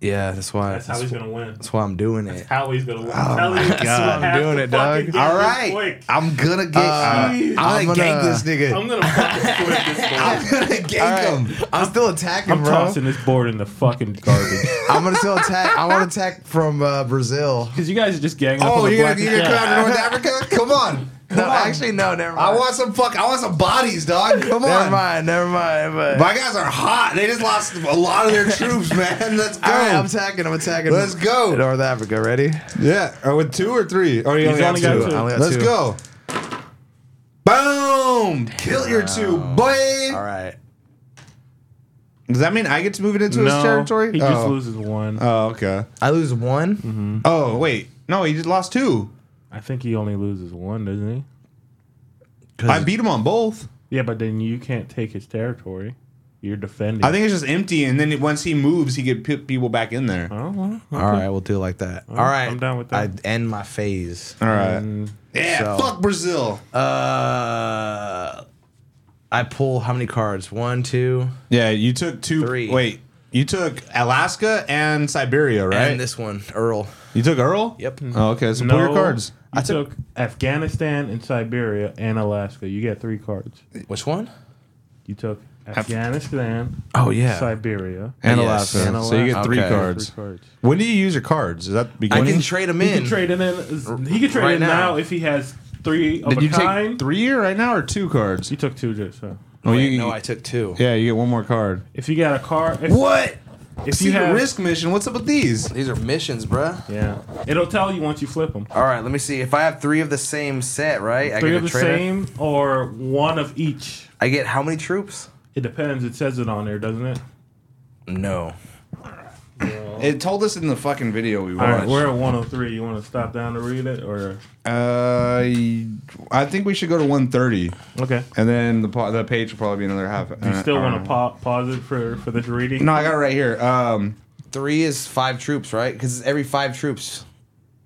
C: Yeah, that's why.
A: That's
C: That's,
A: how he's going to win.
C: why I'm doing it.
A: How he's going to win. Oh, my
C: God. I'm doing it, dog.
B: All right.
A: Quick.
B: I'm gonna get.
A: Jeez.
B: I'm, gonna
C: Uh, I'm
B: gank [laughs]
C: gonna-
B: this [laughs] nigga.
A: I'm going to fucking quit this board.
B: I'm gonna gank him.
C: I'm still attacking,
A: I'm
C: bro.
A: tossing this board in the fucking garbage.
C: I'm gonna still attack. I want to attack from uh, Brazil.
A: Because you guys are just ganging up
B: Oh,
A: on the
B: you're
A: black
B: gonna, you're gonna come out to [laughs] North Africa? Come on. Come
C: No,
B: on.
C: actually, no, never
B: I
C: mind.
B: want some fuck. I want some bodies, dog. Come
C: never
B: on.
C: mind, never mind. But
B: My guys are hot. They just lost a lot of [laughs] their troops, man. Let's go.
C: all right, I'm attacking. I'm attacking.
B: Let's go.
C: North Africa, ready?
B: Yeah, or with two or three. Oh, you
A: He's only got two. I
C: only got
B: Let's
C: two.
B: go. Boom! Kill your two, boy.
C: All right.
B: Does that mean I get to move it into
A: No,
B: his territory?
A: he
B: oh.
A: just loses one.
B: oh, okay.
C: I lose one.
A: Mm-hmm.
B: Oh, wait. No, he just lost two.
A: I think he only loses one, doesn't he?
B: I beat him on both.
A: Yeah, but then you can't take his territory. You're defending.
B: I think it's just empty, and then it- once he moves, he could put people back in there.
A: Oh, well,
C: All right, we'll do it like that. All right,
A: I'm down with that.
C: I end my phase.
B: All right.
A: Mm,
B: yeah,
C: so-
B: fuck Brazil.
C: Uh, I pull how many cards? One, two,
B: Yeah, you took two.
C: Three.
B: Wait, you took Alaska and Siberia, right?
C: and this one, Earl.
B: you took Earl.
C: Yep.
B: Oh, okay. So pull your cards.
A: I took Afghanistan and Siberia and Alaska. You get three cards.
C: Which one?
A: You took Afghanistan,
C: Oh yeah.
A: Siberia,
B: And
C: Yes.
B: Alaska.
A: and
B: So
A: Alaska.
B: you get three
C: Okay.
B: cards.
A: Three cards.
B: When do you use your cards? Is that the
C: I
B: beginning?
C: can trade him
A: He
C: in.
A: can trade it in. He can trade
C: Right
A: it now.
C: now.
A: if he has three of
B: Did
A: a
B: you
A: kind.
B: take three or right now or two cards?
A: You took two just so.
B: Oh,
C: Wait,
B: you-
C: no, I took two.
B: yeah, you get one more card.
A: If you got a card, if,
B: What?
A: if
B: See
A: you
B: the
A: have,
B: risk mission. What's up with these?
C: These are missions, bruh.
A: yeah, it'll tell you once you flip them.
C: All right, let me see. If I have three of the same set, right? I
A: Three
C: get
A: of
C: a
A: the
C: trader.
A: same or one of each.
C: I get how many troops?
A: It depends. It says it on there, doesn't it?
C: No.
B: It told us in the fucking video we
A: All right,
B: watched.
A: we're at 103. You want to stop down to read it or
B: uh, I think we should go to 130,
A: okay?
B: and then the po- the page will probably be another half. uh,
A: Do you still want to pa- pause it for for this reading?
B: No, I got it right here. Um,
C: Three is five troops, right? Because it's every five troops.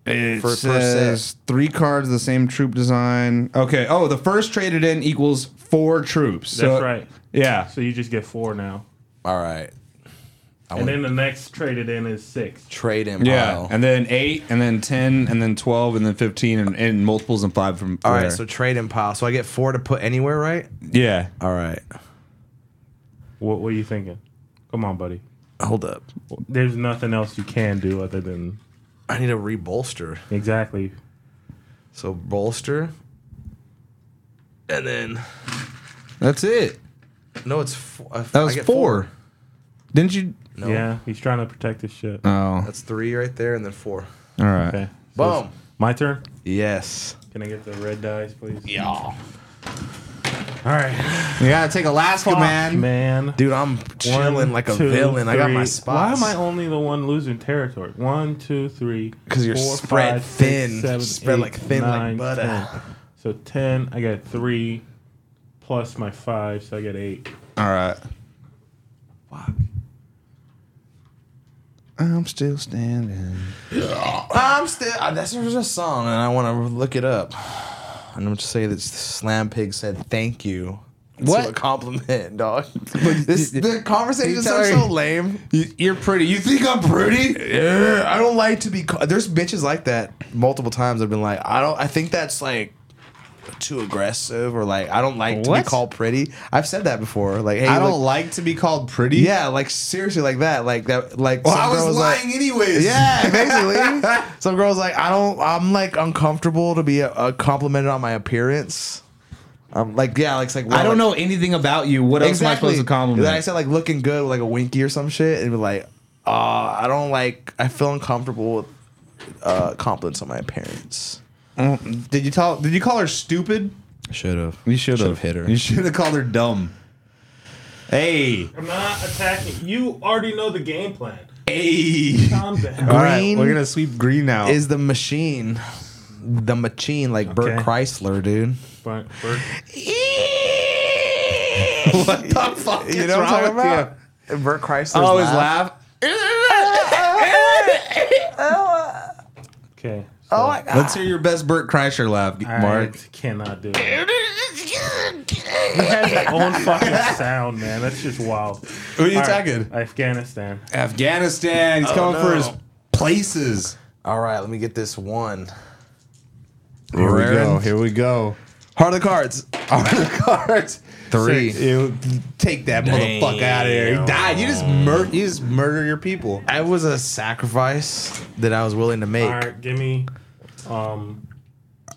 B: It
C: For- per
B: says three cards, the same troop design. Okay. Oh, the first traded in equals four troops.
A: That's
B: So-
A: right.
B: Yeah.
A: So you just get four now,
C: All right.
A: and then the next traded in is six.
C: Trade in
B: Yeah.
C: pile.
B: And then eight, and then 10, and then 12, and then 15, and, and multiples and five from.
C: All right,
B: there.
C: so trade in pile. So I get four to put anywhere, right?
B: yeah.
C: All right.
A: What were you thinking? Come on, buddy.
C: Hold up.
A: There's nothing else you can do other than
C: I need to rebolster.
A: exactly.
C: So bolster. And then
B: That's it.
C: No, it's four. I-
B: That
C: I
B: was
C: get
B: 4 Didn't you?
C: No,
A: Yeah, he's trying to protect his ship.
B: Oh,
C: that's three right there, and then four.
B: all right.
A: Okay.
C: Boom.
A: it's My turn.
C: Yes.
A: Can I get the red dice, please?
C: All right,
G: You gotta take Alaska, man.
A: Man.
C: dude, I'm chilling
A: One,
C: like a
A: two,
C: villain. I got my
A: three.
C: spots.
A: Why am I only the one losing territory? One, two, three.
C: 'Cause you're
A: four,
C: spread
A: five, six,
C: thin.
A: seven,
C: Spread
A: eight,
C: like thin like
A: nine,
C: butter.
A: 10. So ten. I got three, plus my five, so I got eight.
B: All right. I'm still standing.
C: I'm still. uh, That's there's a song, and I want to look it up. And I'm just say that Slam Pig said thank you. What a compliment, [laughs] dog. This, the conversations
B: you
C: are
B: tell
C: so
B: her-
C: lame.
B: You're pretty. You think I'm pretty?
C: Yeah, [laughs] I don't like to be. Ca- There's bitches like that multiple times. I've been like, I don't. I think that's like too aggressive, or like I don't like to
B: What?
C: be called pretty. I've said that before. Like, hey,
B: I don't
C: look-
B: like to be called pretty.
C: yeah, like seriously, like that, like that, like.
B: Well,
C: some
B: I was,
C: girl like-
B: lying
G: [laughs]
B: anyways.
C: Yeah, basically. Some girls like I don't. I'm like uncomfortable to be uh, complimented on my appearance. I'm like yeah, like it's like well,
G: I don't
C: like-
G: know anything about you. What else am I supposed to compliment?
C: Then I said like looking good with like a winky or some shit, and be like, uh, I don't like. I feel uncomfortable with uh, compliments on my appearance.
B: Mm, Did you tell? Did you call her stupid?
C: Should have.
B: You should
C: Should've hit her.
B: You should have called her dumb. Hey,
A: I'm not attacking. You already know the game plan.
B: hey.
A: Calm [laughs] down.
C: All right,
B: Green.
C: we're
B: we're
C: gonna
B: gonna sweep green now. [laughs]
C: Is the machine, the machine like Bert
A: Okay.
C: Chrysler, dude?
A: But first,
B: what the fuck is
C: You know what
B: wrong
C: I'm talking
B: with you?
C: about? Bert Chrysler's
B: I always
C: laugh.
B: laugh.
A: okay.
C: Oh
A: So
C: my God.
B: Let's hear your best Burt Kreischer laugh,
A: I
B: Mark.
A: cannot do it. He has his own fucking sound, man. That's just wild.
B: Who are you
A: All right,
B: attacking?
A: Afghanistan.
B: Afghanistan. He's coming for his places.
C: All right, let me get this one.
B: Here
C: Rarin.
B: Here we go.
C: Heart of the cards.
B: Out of the cards.
C: Three.
B: You take that motherfucker out of here. He died. You just murder. You just murder your people.
C: It was a sacrifice that I was willing to make.
A: All right, give me um,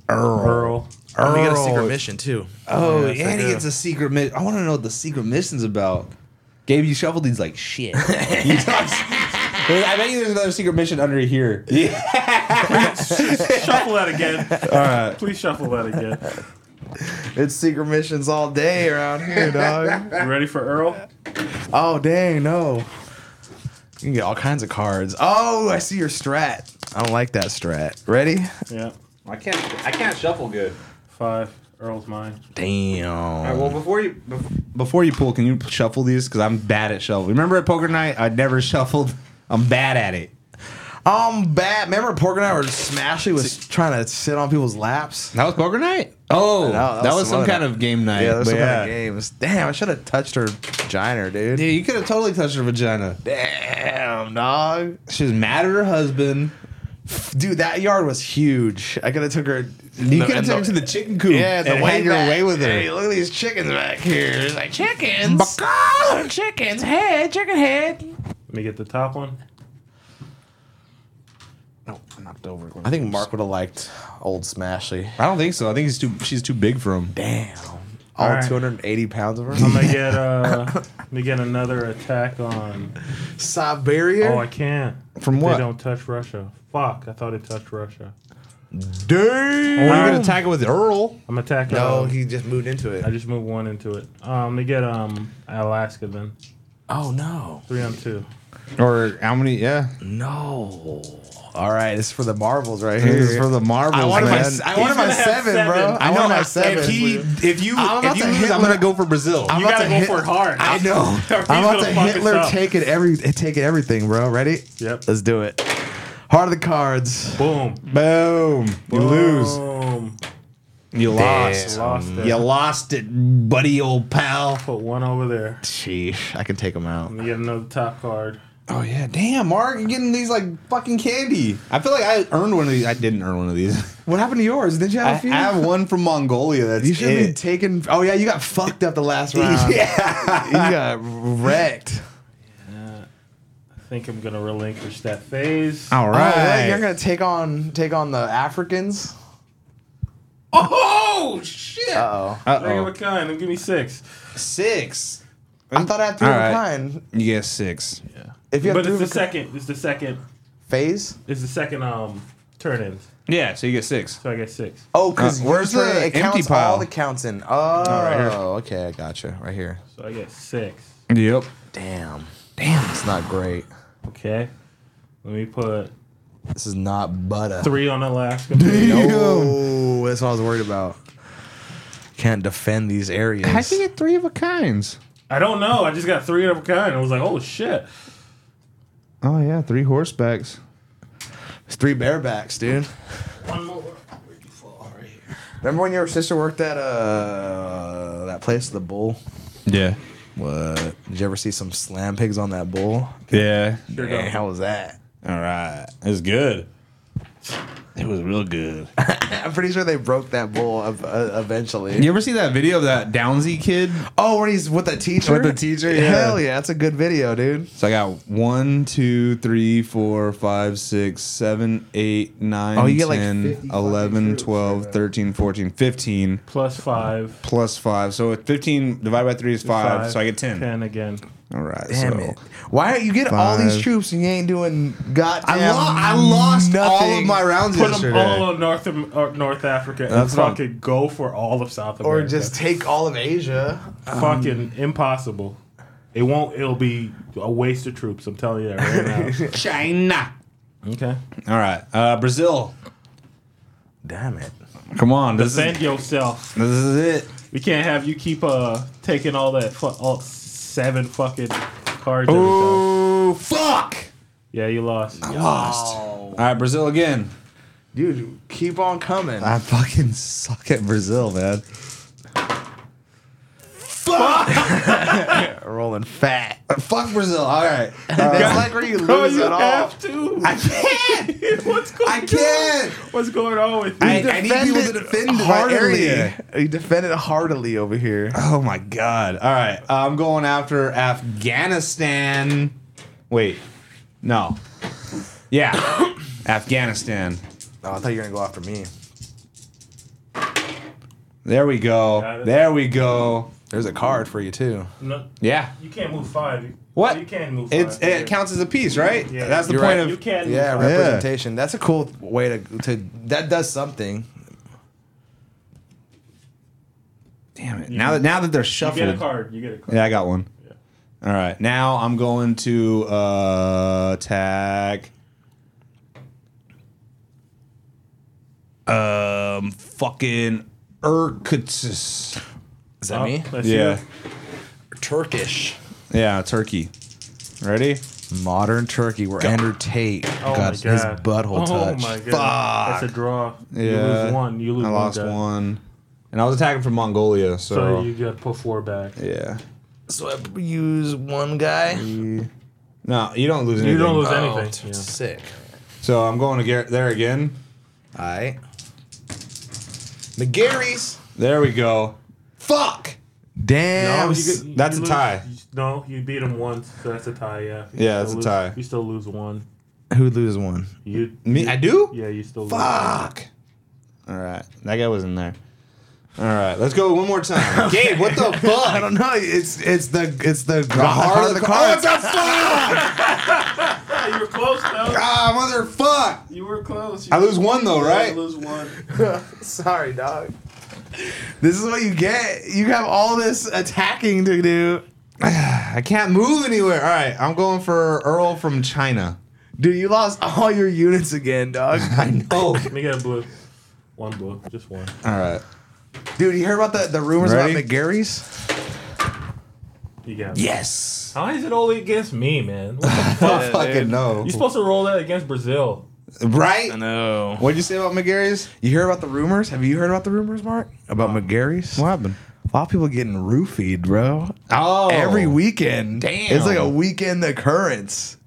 A: Earl.
C: Let me get a secret
B: Earl.
C: mission too.
B: Oh,
A: yes, I
B: and he
A: do.
B: gets a secret mission. I want to know what the secret mission's about. Gabe, you shoveled these like [laughs] shit. He talks- Wait, I bet you there's another secret mission under here. Yeah.
A: [laughs] shuffle that again. All right. Please shuffle that again.
C: It's secret missions all day around here, dog.
A: You ready for Earl?
C: oh dang, no. You can get all kinds of cards. Oh, I see your strat. I don't like that strat. Ready?
A: Yeah.
H: I can't. I can't shuffle good.
A: Five. Earl's mine.
H: All right.
C: Damn.
H: Well, before you, before,
B: Before you pull, can you shuffle these? Because I'm bad at shuffle. Remember at poker night, I never [laughs] shuffled. I'm bad at it.
C: Um, bad. Remember, Pork and I were smashing was trying to sit on people's laps.
B: That was poker night. Oh,
C: that
B: that,
C: was
B: was,
C: some
B: some kind
C: other-
B: of game night.
C: Yeah, there's
B: But
C: some kind of games. Damn, I should have touched her vagina, dude.
B: Dude, you could have totally touched her vagina.
C: Damn, dog.
B: She was mad at her husband.
C: Dude, that yard was huge. I could have took her.
B: You could have took her to the chicken coop.
C: Yeah, the
B: and
C: way
B: had your
C: back.
B: way with her.
C: Hey, look at these chickens back here. It's like chickens. chickens. Head, chicken head.
A: Let me get the top one.
C: I think Mark would have liked old Smashley.
B: I don't think so. I think he's too. She's too big for him.
C: Damn. All,
A: right.
C: 280 pounds of
A: I'm
C: her.
A: gonna get uh, let me get another attack on.
C: [laughs] Siberia.
A: Oh, I can't.
B: From what?
A: They don't touch Russia. Fuck! I thought it touched Russia.
B: Well,
C: Dude.
B: you could attack it with Earl.
A: I'm attacking.
C: No,
A: No,
C: he just moved into
A: I
C: it.
A: just moved one into it. Um, let me get um Alaska then.
C: Oh, no.
A: Three on two.
B: Or how many? Yeah,
C: No. All right, this is for the marbles right
B: this is
C: here.
B: for the marbles,
C: I wanted
B: man.
C: my, I wanted my
A: gonna have
C: seven, bro.
A: seven.
C: I, wanted my seven.
B: If he, if you,
C: I'm about
B: if you
C: to
B: lose, I'm
C: Hitler-
B: gonna go for Brazil.
C: I'm
A: You
C: about
A: gotta
C: to
A: go
C: hit-
A: for it hard.
C: I know.
A: Or he's
C: I'm about
A: gonna
C: to
A: fuck us
C: Hitler
A: up.
C: taking every taking everything, bro. Ready?
A: Yep.
C: Let's do it. Heart of the cards.
A: Boom.
B: [laughs] Boom! You lose.
A: Boom.
B: You lost.
A: Lost it.
B: You lost it, buddy, old pal.
A: Put one over there.
C: Sheesh, I can take them out.
A: Let me get another top card.
B: Oh yeah, damn, Mark, you're getting these like fucking candy. I feel like I earned one of these. I didn't earn one of these. [laughs]
C: What happened to yours? Did you
B: I, I
C: have a few?
B: have one from Mongolia. That's
C: you should have been
B: it.
C: taking. Oh yeah, you got fucked up the last round.
B: [laughs] yeah.
C: [laughs] You got wrecked.
A: I think I'm gonna relinquish that phase.
B: All
C: All
B: [laughs]
C: right,
B: right.
C: Oh, you're gonna take on take on the Africans.
B: oh shit.
C: Uh oh.
A: Look at what kind. Give me six.
B: Six.
C: I thought I had three
B: All
C: of a
B: right.
C: kind.
B: You get six.
C: If you have
A: But it's
C: three
A: the
C: of a kind
A: second. It's the second.
C: phase.
A: It's the second um turn in.
B: Yeah, so you get six.
A: So I get six.
C: Oh, because
B: Uh, where's
C: usually
B: the
C: it
B: empty
C: counts
B: pile?
C: all the counts in. Oh, okay, I gotcha. Right here.
A: So I get six.
B: Yep.
C: Damn. Damn. It's not great.
A: Okay. Let me put
C: This is not butter.
A: three on Alaska. Dude.
B: [laughs]
C: Oh, that's what I was worried about. Can't defend these areas.
B: How'd you get three of a kinds?
A: I don't know. I just got three of a kind. I was like, oh shit.
B: Oh yeah, three horsebacks.
C: It's three barebacks, dude.
A: One more.
C: Remember when your sister worked at uh that place, the bull?
B: Yeah.
C: What? Did you ever see some slam pigs on that bull?
B: Yeah.
C: Man, how was that?
B: All right. It's good. It was real good.
C: I'm pretty sure they broke that bull ev- uh, eventually.
B: You ever see that video of that Downsy kid?
C: Oh, when he's with the teacher.
B: With the teacher, yeah.
C: Hell yeah, that's a good video, dude.
B: So I got one, two, three, four, five, six, seven, eight, nine,
C: Oh, you get like
B: 10,
C: 50
B: 11, 12, 13, 14, 15,
A: Plus five.
B: plus 5. So with 15 divided by 3 is 5, so I get 10.
A: Ten again.
B: All right.
C: Damn
B: so.
C: it! Why are you get all these
B: Five.
C: troops and you ain't doing goddamn?
B: I, lo- I lost all of
C: nothing?
B: my rounds
A: Put them
B: yesterday.
A: all on North Am- or North Africa and
B: That's what I'm-
A: fucking go for all of South
C: or
A: America.
C: just take all of Asia.
A: fucking impossible. It won't. It'll be a waste of troops. I'm telling you that right
B: China.
C: [laughs]
A: now. okay.
B: All right. Uh, Brazil.
C: Damn it!
B: Come on. This is,
A: Defend yourself.
B: this is it.
A: We can't have you keep uh taking all that fu- all seven fucking cards. every time.
C: Oh,
B: Ooh, fuck.
A: Yeah, you lost.
B: Lost. All right, Brazil again.
C: Dude, keep on coming.
B: I fucking suck at Brazil, man.
C: rolling fat.
B: Fuck Brazil. All
C: [laughs]
B: right.
C: That's like [laughs] where Uh, Oh, you
A: Bro,
C: lose
A: Oh, you
C: it all.
A: have to. I
C: [laughs]
A: can't. What's going?
B: I can't.
A: On? What's going on with you?
B: I, I need people to defend my
C: heartily.
B: area.
C: You defend it heartily over here.
B: Oh my god. All right. I'm going after Afghanistan. Wait. No. Yeah. [coughs] Afghanistan.
C: Oh, I thought you were gonna go after me.
B: There we
A: Got
B: go.
A: it.
B: There we go.
C: There's a card for you too.
A: no,
B: Yeah.
A: you can't move five. You-
B: What?
A: You can't move. Five.
B: It's, it counts as a piece, right?
A: Yeah.
B: That's the
C: You're
B: point
C: right.
A: You
B: of.
A: can't. move
C: Yeah,
A: five.
C: representation. That's a cool way to to that does something.
B: Damn it. Now that now that they're
A: You get a
B: shuffled.
A: card. You get a card.
B: Yeah, I got one. All right. Now I'm going to uh, attack. Um, fucking Irkutsk.
C: Is that
A: Oh,
C: me?
A: let's see
B: Yeah.
A: it.
C: Turkish.
B: Yeah, Turkey. Ready?
C: Modern Turkey where Andrew Tate
A: Oh
C: got
A: my
C: his
A: god.
C: butthole
A: oh
C: touched.
A: my god. That's a draw. You lose one. You lose
B: I lost
A: one.
B: one,
A: guy.
B: And I was attacking from Mongolia, so,
A: So you got to put four back.
B: yeah.
C: So I use one guy.
B: No, you don't lose anything.
A: You don't lose
C: Oh,
A: anything. Yeah.
C: Sick.
B: So I'm going to get there again.
C: Alright. The Garys.
B: There we go. Fuck.
C: Damn.
A: No, you get-
B: That's
A: you
B: a
A: lose-
B: tie.
A: you- no, you beat him once, so that's a tie. Yeah. You still
B: Yeah, that's a
A: lose-
B: tie.
A: You still lose one.
C: Who loses one?
A: You.
B: Me, I do.
A: Yeah, you still.
B: Fuck. All right, that guy wasn't there. All right, let's go one more
C: [laughs]
B: time. Gabe, what the fuck?
C: I don't know. It's it's the it's the, the
B: Heart
C: heart of the cards.
B: Oh, it's a fuck!
A: Ah, you were close though.
B: ah, motherfuck!
A: You were close. You
B: I lose one though, right?
A: lose one.
C: [laughs] Sorry, dog. This is what you get. You have all this attacking to do.
B: [sighs] I can't move anywhere. All right, I'm going for Earl from China.
C: Dude, you lost all your units again, dog.
B: [laughs] I know.
A: Let me get a blue. One blue, just one.
B: All right.
C: Dude, you heard about the, the rumors
B: Ready?
C: about the Garys?
A: You got. it.
B: Yes.
A: How is it only against me, man? What the
B: [laughs]
A: fuck?
B: Fucking no.
A: You're supposed to roll that against Brazil.
B: Right?
C: No.
B: What'd you say about McGarry's?
C: You hear about the rumors? Have you heard about the rumors, Mark? About McGarry's?
B: happened?
C: A lot of people getting roofied, bro.
B: Oh,
C: Every weekend.
B: Damn.
C: It's like a weekend occurrence.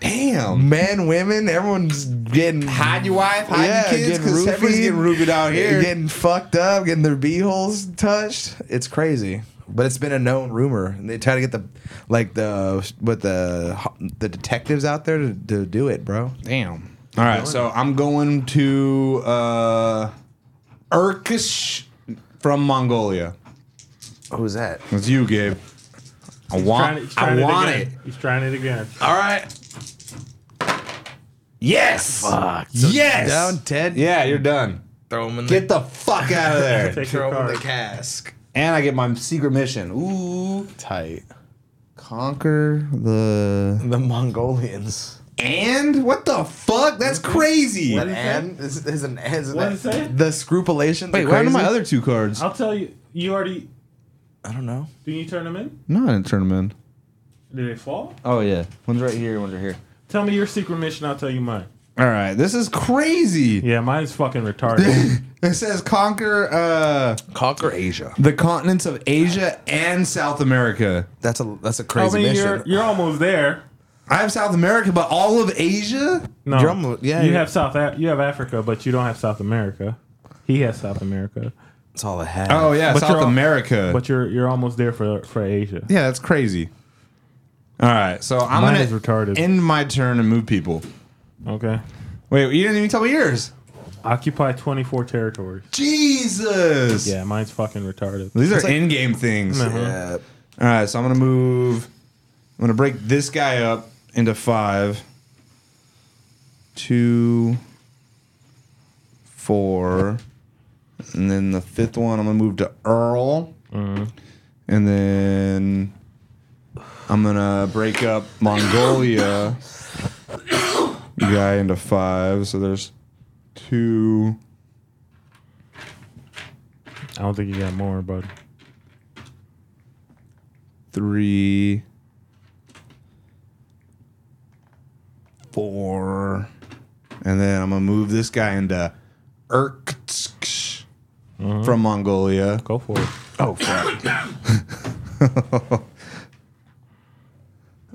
B: Damn.
C: Men, women, everyone's getting
B: Hide your wife, hide
C: Yeah,
B: your kids,
C: getting
B: because everybody's
C: roofied.
B: getting roofied out here.
C: getting fucked up, getting their beeholes touched. It's crazy, but it's been a known rumor, and they try to get the like the with the the detectives out there to, to do it, bro.
B: Damn. All right, so I'm going to uh Urkish from Mongolia.
C: Who's that?
B: It's you, Gabe. I
A: He's
B: want,
A: trying he's
B: I
A: trying
B: want
A: again.
B: it.
A: He's trying it again.
C: All right.
B: Yes. yes.
C: Down, Ted.
B: Yeah, you're done.
C: Throw him in
B: Get
C: the,
B: the fuck out of there. [laughs]
A: Take your
C: throw him in
A: card.
C: the cask.
B: and I get my secret mission. Ooh.
C: Tight.
B: Conquer the.
C: The Mongolians.
B: And? What the fuck? That's crazy.
C: An and is, is an and. Is
A: What
C: that-
A: is that?
C: The scrupulation.
B: Wait, where are my other two cards?
A: I'll tell you. You already.
C: I don't know.
A: Did you turn them in?
B: No, I didn't turn them in.
A: Did they fall?
B: Oh, yeah. One's right here, one's right here.
A: Tell me your secret mission. I'll tell you mine.
B: All right, this is crazy.
A: Yeah, mine's fucking
B: [laughs]
A: retarded.
B: It says conquer uh,
C: Conquer Asia.
B: the continents of Asia and South America.
C: That's a that's a
A: I
C: crazy
A: mean,
C: mission.
A: you're you're almost there.
B: I have South America, but all of Asia?
A: No,
C: You're almost- yeah,
A: you
C: you're-
A: have South. Af- You have Africa, but you don't have South America. He has South America,
C: That's all I have.
B: Oh, yeah,
A: But you're
B: South
A: all-
B: America.
A: but you're you're almost there for for Asia.
B: yeah, that's crazy. All right, so I'm
A: Mine
B: going
A: is retarded.
B: to end my turn and move people.
A: Okay,
B: Wait, you didn't even tell me yours.
A: occupy 24 territories.
B: Jesus.
A: Yeah, mine's fucking retarded.
B: These are in-game things.
C: Yeah.
B: All right, so I'm gonna move. I'm gonna break this guy up into five, two, four, and then the fifth one I'm gonna move to Earl, and then I'm gonna break up Mongolia [coughs] guy into five. So there's two.
A: I don't think you got more, bud.
B: three, four, and then I'm gonna move this guy into Irkutsk from Mongolia.
A: Mm-hmm. Go for it.
B: Oh fuck. [laughs]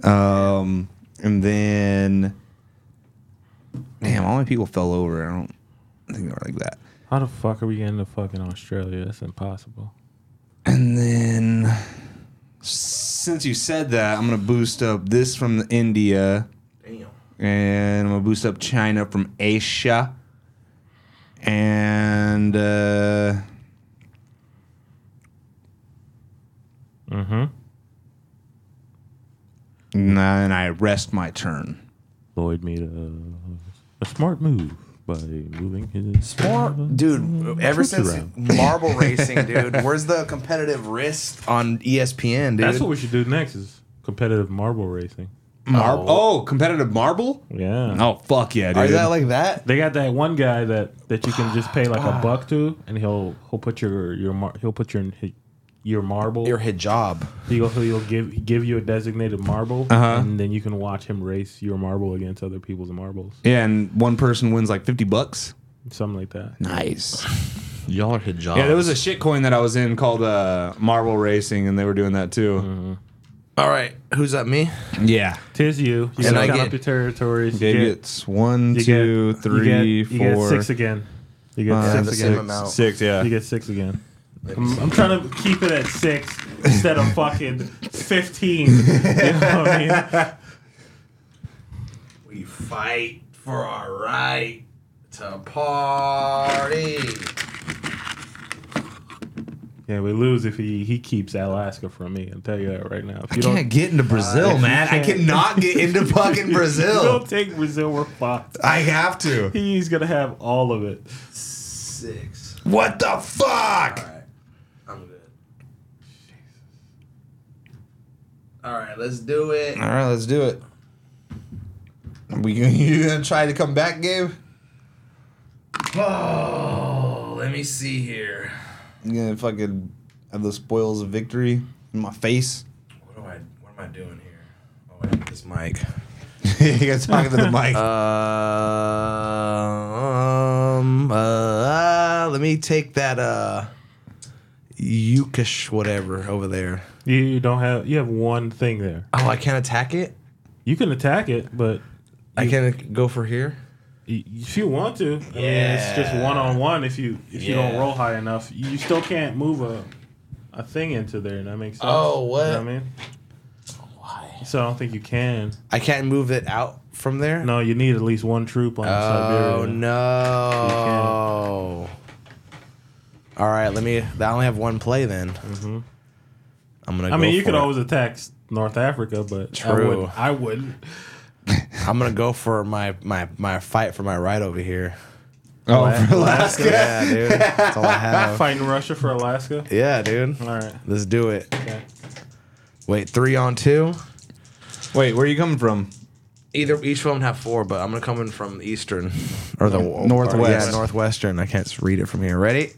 B: um, and then, damn, all my people fell over. I don't think they were like that.
A: How the fuck are we getting to fucking Australia? That's impossible.
B: And then, since you said that, I'm gonna boost up this from India,
C: Damn.
B: and I'm gonna boost up China from Asia, and uh,
A: Mm-hmm.
B: and then I rest my turn.
A: Lloyd made a, a smart move by moving his.
C: Dude, ever
A: Tootsie
C: since
A: round.
C: [laughs] marble racing, dude, where's the competitive wrist on E ESPN, dude?
A: That's what we should do next is competitive marble racing.
B: Marble? Oh. competitive marble?
A: Yeah.
B: Oh fuck yeah, dude!
C: Are that like that?
A: They got that one guy that, that you can just pay like a buck to, and he'll he'll put your your mar- he'll put your your marble.
C: Your hijab.
A: he'll, he'll give give you a designated marble,
B: Uh-huh.
A: and then you can watch him race your marble against other people's marbles,
B: yeah, and one person wins like fifty bucks.
A: something like that.
B: Nice.
C: Y'all are hijab.
B: Yeah, there was a shit coin that I was in called uh, Marble Racing, and they were doing that too.
C: All right, who's up? Me?
B: Yeah.
A: Tis you. You
C: And
A: gotta
C: I
A: count
C: get-
A: up your territories. You
B: Gabe
A: get-
B: gets one,
A: you
B: two,
A: get- you get-
B: three,
A: you get
B: four,
A: six again. You get
B: five,
C: Yeah,
A: six
C: the
A: again.
C: same amount.
B: Six, yeah.
A: You get six again. I'm, I'm trying to keep it at six instead of fucking 15. You know what I mean?
B: [laughs]
C: We fight for our right to party.
A: Yeah, we lose if he, he keeps Alaska from me. I'll tell you that right now. If you
B: I
A: don't,
B: can't get into Brazil, man. I cannot get into fucking
A: if
B: [laughs]
A: you
B: Brazil.
A: don't take Brazil, we're fucked.
B: I have to.
A: He's going to have all of it.
C: Six.
B: What the fuck?
C: right, I'm good. All right, let's do it.
B: All right, let's do it. We [laughs] you gonna try to come back, Gabe?
C: Oh, let me see here.
B: You gonna fucking have the spoils of victory in my face? [laughs]
C: What do I? What am I doing here? Oh, I have this mic.
B: you guys talking to the mic? [laughs] Oh,
C: um, uh, let me take that uh, Yukish whatever over there.
A: You, you don't have, you have one thing there.
C: Oh, I can't attack it.
A: You can attack it, but
C: I can't go for here.
A: y- if you want to, I mean, it's just
C: Yeah.
A: one on one. If you if you don't
C: Yeah.
A: roll high enough, you still can't move a a thing into there. That makes sense.
C: Oh, what?
A: You know what I mean?
C: Why?
A: So I don't think you can.
C: I can't move it out from there.
A: No, you need at least one troop on
C: Oh
A: Siberia.
C: no. All right, let me. I only have one play then. I'm gonna.
A: Mm-hmm. I mean,
C: go
A: you could
C: for it.
A: always attack North Africa, but
C: True.
A: I wouldn't.
C: I'm gonna go for my my my fight for my right over here.
A: I
I: Oh,
A: wouldn't.
B: [laughs]
A: Alaska.
C: Yeah, dude. That's all [laughs] I have.
A: Fighting Russia for Alaska.
C: Yeah, dude.
A: All right.
C: Let's do it.
A: Okay.
C: Wait, three on two.
I: wait, where are you coming from?
C: Either each one have four, but I'm gonna come in from eastern or the or-
B: Northwest.
C: yeah, northwestern. I can't read it from here. Ready?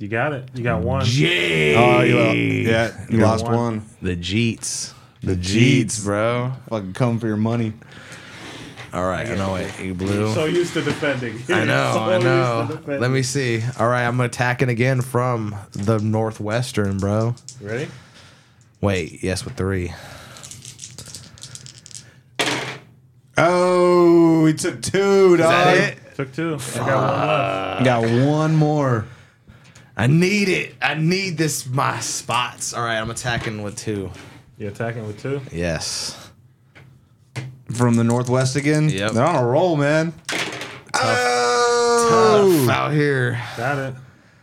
A: You got it. You got one.
B: Oh, you lo- yeah, you
A: got
B: lost
A: one.
B: one.
C: The Jeets. The Jeets, bro.
B: Fucking come for your money.
C: All right. I know wait. You blew.
A: So used to defending. [laughs]
C: I know,
A: So
C: I
A: used to
C: know.
A: defending.
C: Let me see. All right, I'm attacking again from the northwestern, bro.
A: Ready?
C: Wait, yes, with three.
B: Oh, he took two, dog.
A: Took two. I got one left.
B: Got one more.
C: I need it. I need this. My spots. All right, I'm attacking with two.
A: You attacking with two?
C: Yes.
B: From the Northwest again?
C: Yep.
B: They're on a roll, man.
I: Oh.
C: Tough out here.
A: Got it.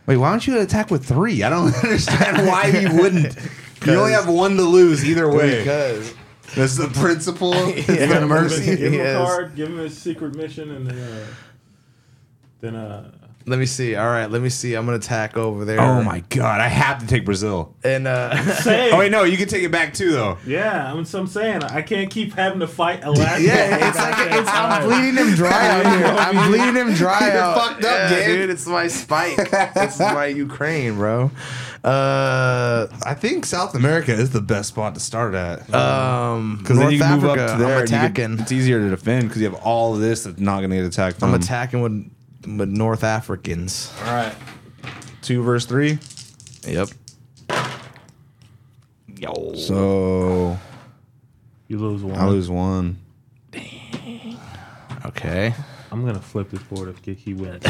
B: Wait, why don't you attack with three? I don't [laughs]
I: [laughs]
B: understand why you wouldn't. You only
C: 'Cause-
B: have one to lose either way.
C: Because
B: That's the [laughs] principle. It's the mercy. [laughs]
A: Give him
C: [laughs] Yes.
A: a card. Give him a secret mission, and then uh, then uh,
C: let me see. All right, let me see. I'm gonna attack over there.
I: Oh my god, I have to take Brazil.
C: And uh,
A: say. [laughs]
I: Oh wait, no, you can take it back too though.
A: Yeah, I'm, so I'm saying I can't keep having to fight Alaska.
C: Yeah, it's like it's,
A: [laughs]
C: [laughs] I'm bleeding him dry out here. I'm bleeding him dry out.
B: fucked up,
C: yeah,
B: Gabe.
C: dude. It's my spike. it's [laughs] my Ukraine, bro. Uh,
B: I think South America is the best spot to start at.
C: um, North
B: Because Uh, then you can
C: Africa.
B: move up to there.
C: I'm
B: and you can-
C: attacking.
B: it's easier to defend because you have all of this that's not going to get attacked from.
C: I'm attacking with with North Africans.
A: All right.
B: two versus three.
C: Yep.
B: So
A: You lose one.
B: I lose [laughs] one.
C: Okay.
A: I'm gonna flip this board if Giki wins.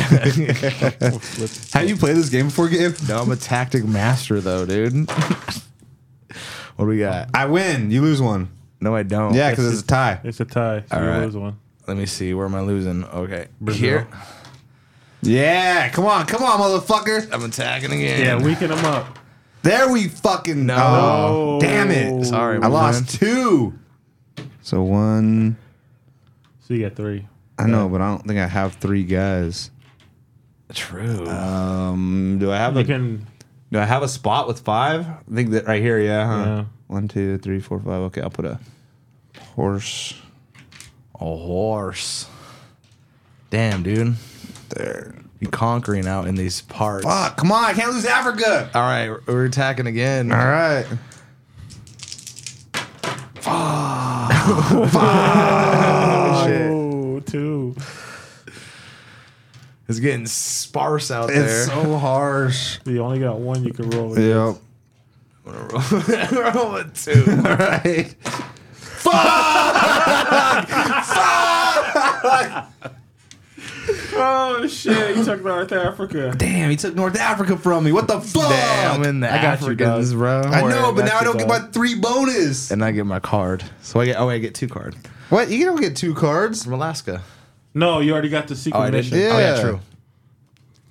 B: Have you played this game before, Gabe?
C: No, I'm a tactic master though,
B: [laughs]
C: dude. what do we got?
B: I win. You lose one.
C: No, I don't.
B: Yeah, because it's a tie.
A: it's a tie. So
C: All
A: you
C: right.
A: lose one.
C: Let me see. Where am I losing? Okay.
A: Brazil.
C: Here.
B: Yeah, come on, come on, motherfucker.
C: I'm attacking again.
A: Yeah, weaken him up.
B: There we fucking no.
A: Oh.
B: damn it.
C: Sorry,
B: I lost two. So one.
A: So you got three.
B: I know, but I don't think I have three guys.
C: True.
B: Um, do I have
A: You
B: a
A: can.
B: do I have a spot with five? I think that right here. Yeah. Huh?
A: Yeah.
B: One, two, three, four, five. Okay, I'll put a horse
C: A horse. Damn, dude.
B: there.
C: You conquering out in these parts.
B: Fuck! Come on, I can't lose Africa.
C: All right, we're attacking again.
B: All right.
A: Oh, two.
C: It's getting sparse out
B: It's
C: there.
B: so harsh.
A: You only got one. You can roll.
C: [laughs]
B: Yep.
C: Roll a two.
B: All right.
A: Oh shit! You took North Africa.
B: Damn, he took North Africa from me. What the fuck?
C: Damn, in the
A: I got you,
C: Africans,
A: dog.
C: bro.
B: I know, but
A: that's
B: now I
A: your
B: don't get my
A: dog.
B: three bonus.
C: And I get my card. So I get. Oh, wait, I get two card
B: What? You don't get two cards.
C: from Alaska.
A: No, you already got the secret
C: Oh, I did.
A: mission.
C: Yeah. Oh,
B: Yeah.
C: yeah, true.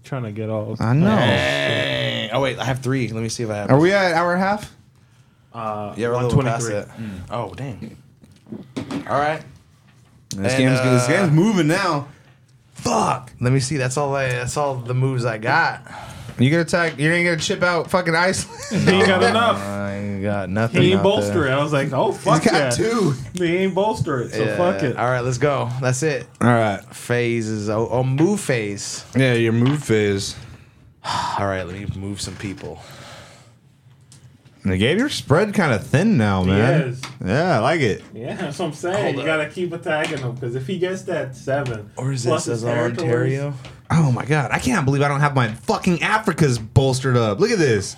A: Trying to get all.
B: I know.
C: Dang. Oh wait, I have three. Let me see if I have.
B: Are we at hour and a half?
A: Uh,
C: yeah, we're a little past
A: 123.
C: that. Oh dang. All right.
B: This
C: And,
B: game's this
C: uh,
B: game's moving now. Fuck!
C: Let me see. That's all. I, that's all the moves I got.
B: You gonna attack? You ain't gonna chip out fucking Iceland. [laughs]
A: He ain't got enough.
C: I ain't got nothing.
A: He ain't
C: out there.
A: bolster it. I was like, oh fuck
B: Got
A: that.
B: two.
A: He ain't bolster it. So
C: Yeah.
A: fuck it.
C: All right, let's go. That's it.
B: All right.
C: Phase is oh, oh move phase.
B: Yeah, your move phase.
C: All right, let me move some people.
B: And Gabe, your spread kind of thin now, man.
A: is.
B: Yeah, I like it.
A: Yeah, that's what I'm saying. you gotta keep attacking him because if he gets that seven, his territories-
B: Oh my god, I can't believe I don't have my fucking Africa's bolstered up. Look at this.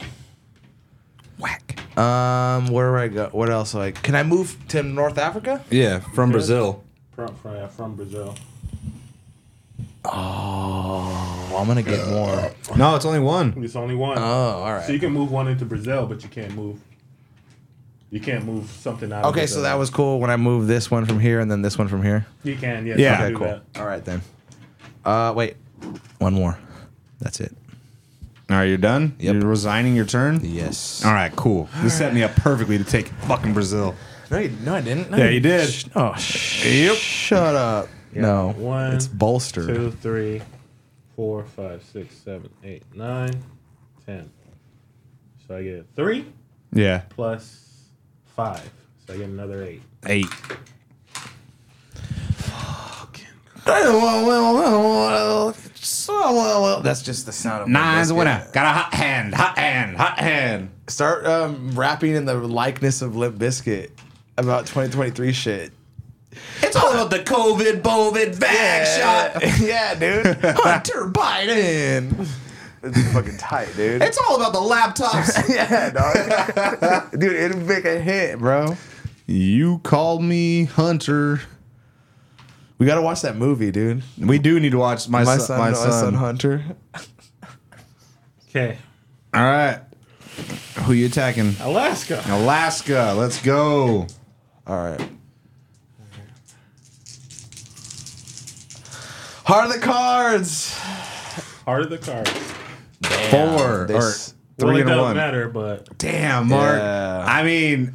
B: Whack.
C: Um, where do I go? What else? Like, can I move to North Africa?
B: Yeah, from Brazil.
A: From, from, yeah, from Brazil.
C: Oh, I'm gonna get more.
B: No, it's only one.
A: It's only one.
C: Oh, all
A: So you
C: right.
A: can move one into Brazil, but you can't move. You can't move something out.
C: Okay,
A: of Brazil.
C: so that was cool when I moved this one from here and then this one from here.
A: You can, yes,
B: Yeah,
A: you can do
C: Okay, cool.
A: that.
C: All right then. Uh, wait, one more. That's it.
B: All right, you're done.
C: Yep.
B: You're resigning your turn.
C: Yes.
B: All right, cool. This set me up perfectly to take fucking Brazil.
C: No, you, no, I didn't. No,
B: Yeah, you did.
C: Oh, sh-
B: Yep.
C: shut up. No.
A: One,
C: It's bolstered.
A: two, three, four, five, six, seven, eight, nine, ten. So I get three
B: Yeah.
A: plus five. So I get another eight.
B: Eight.
C: That's just the sound of
B: Nine's a
C: Let's
B: winner. Got a hot hand. Hot hand. Hot hand.
C: get- Start um, rapping in the likeness of Limp Biscuit about 2023 shit.
B: It's all about the COVID, bovid, vac shot.
C: [laughs] yeah, dude. Hunter Biden.
J: It's fucking tight, dude.
B: It's all about the laptops.
C: [laughs] Yeah,
B: [laughs]
C: dog.
J: dude, it'd make a hit, bro.
B: you called me Hunter.
C: We gotta watch that movie, dude.
B: We do need to watch my,
C: My
B: son,
C: son,
B: My son.
C: Hunter.
A: Okay.
B: All right. Who you attacking?
A: Alaska.
B: Alaska. Let's go.
C: All right. Heart of the Cards.
A: Heart of the cards.
B: Four.
C: they
B: or
C: s-
B: three
A: well, it
B: and a
A: doesn't
B: one.
A: matter, but
B: Damn, Mark.
C: Yeah.
B: I mean,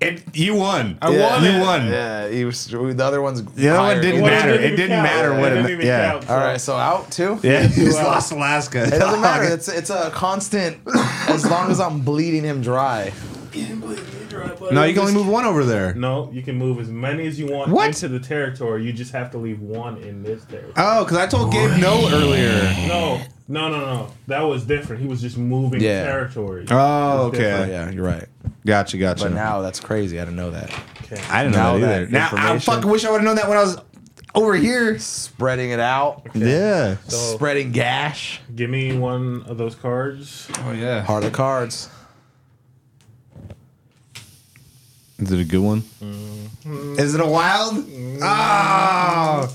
B: it. You won. I
C: won
B: You
C: it.
B: won.
C: Yeah, he was, the other one's.
B: The other one
C: higher.
B: didn't
A: Well,
B: matter. It
A: even
B: didn't
A: count.
B: matter
A: It
B: what. It
A: didn't even
B: yeah.
A: count.
C: All right, so out too.
B: Yeah. [laughs] He's
A: out.
B: lost Alaska. [laughs]
C: It doesn't matter. It's it's a constant as long as I'm bleeding him dry.
B: No, you can only move one over there.
A: No, you can move as many as you want
B: What?
A: into the territory. You just have to leave one in this territory.
B: Oh, because I told Gabe no earlier.
A: No, no, no, no. That was different. He was just moving
C: Yeah.
A: territory.
B: Oh,
A: It's
B: okay.
A: different.
C: Yeah, you're right.
B: Gotcha, gotcha.
C: But now that's crazy. I didn't know that.
A: Okay.
B: I didn't
C: now
B: know that
C: that
B: either. Now I
C: information-
B: fucking wish I would have known that when I was over here.
C: Spreading it out,
B: Yeah.
A: So
C: spreading gash.
A: give me one of those cards.
B: Oh yeah.
C: Heart of the cards.
B: Is it a good one? Is it a wild? Oh,
A: All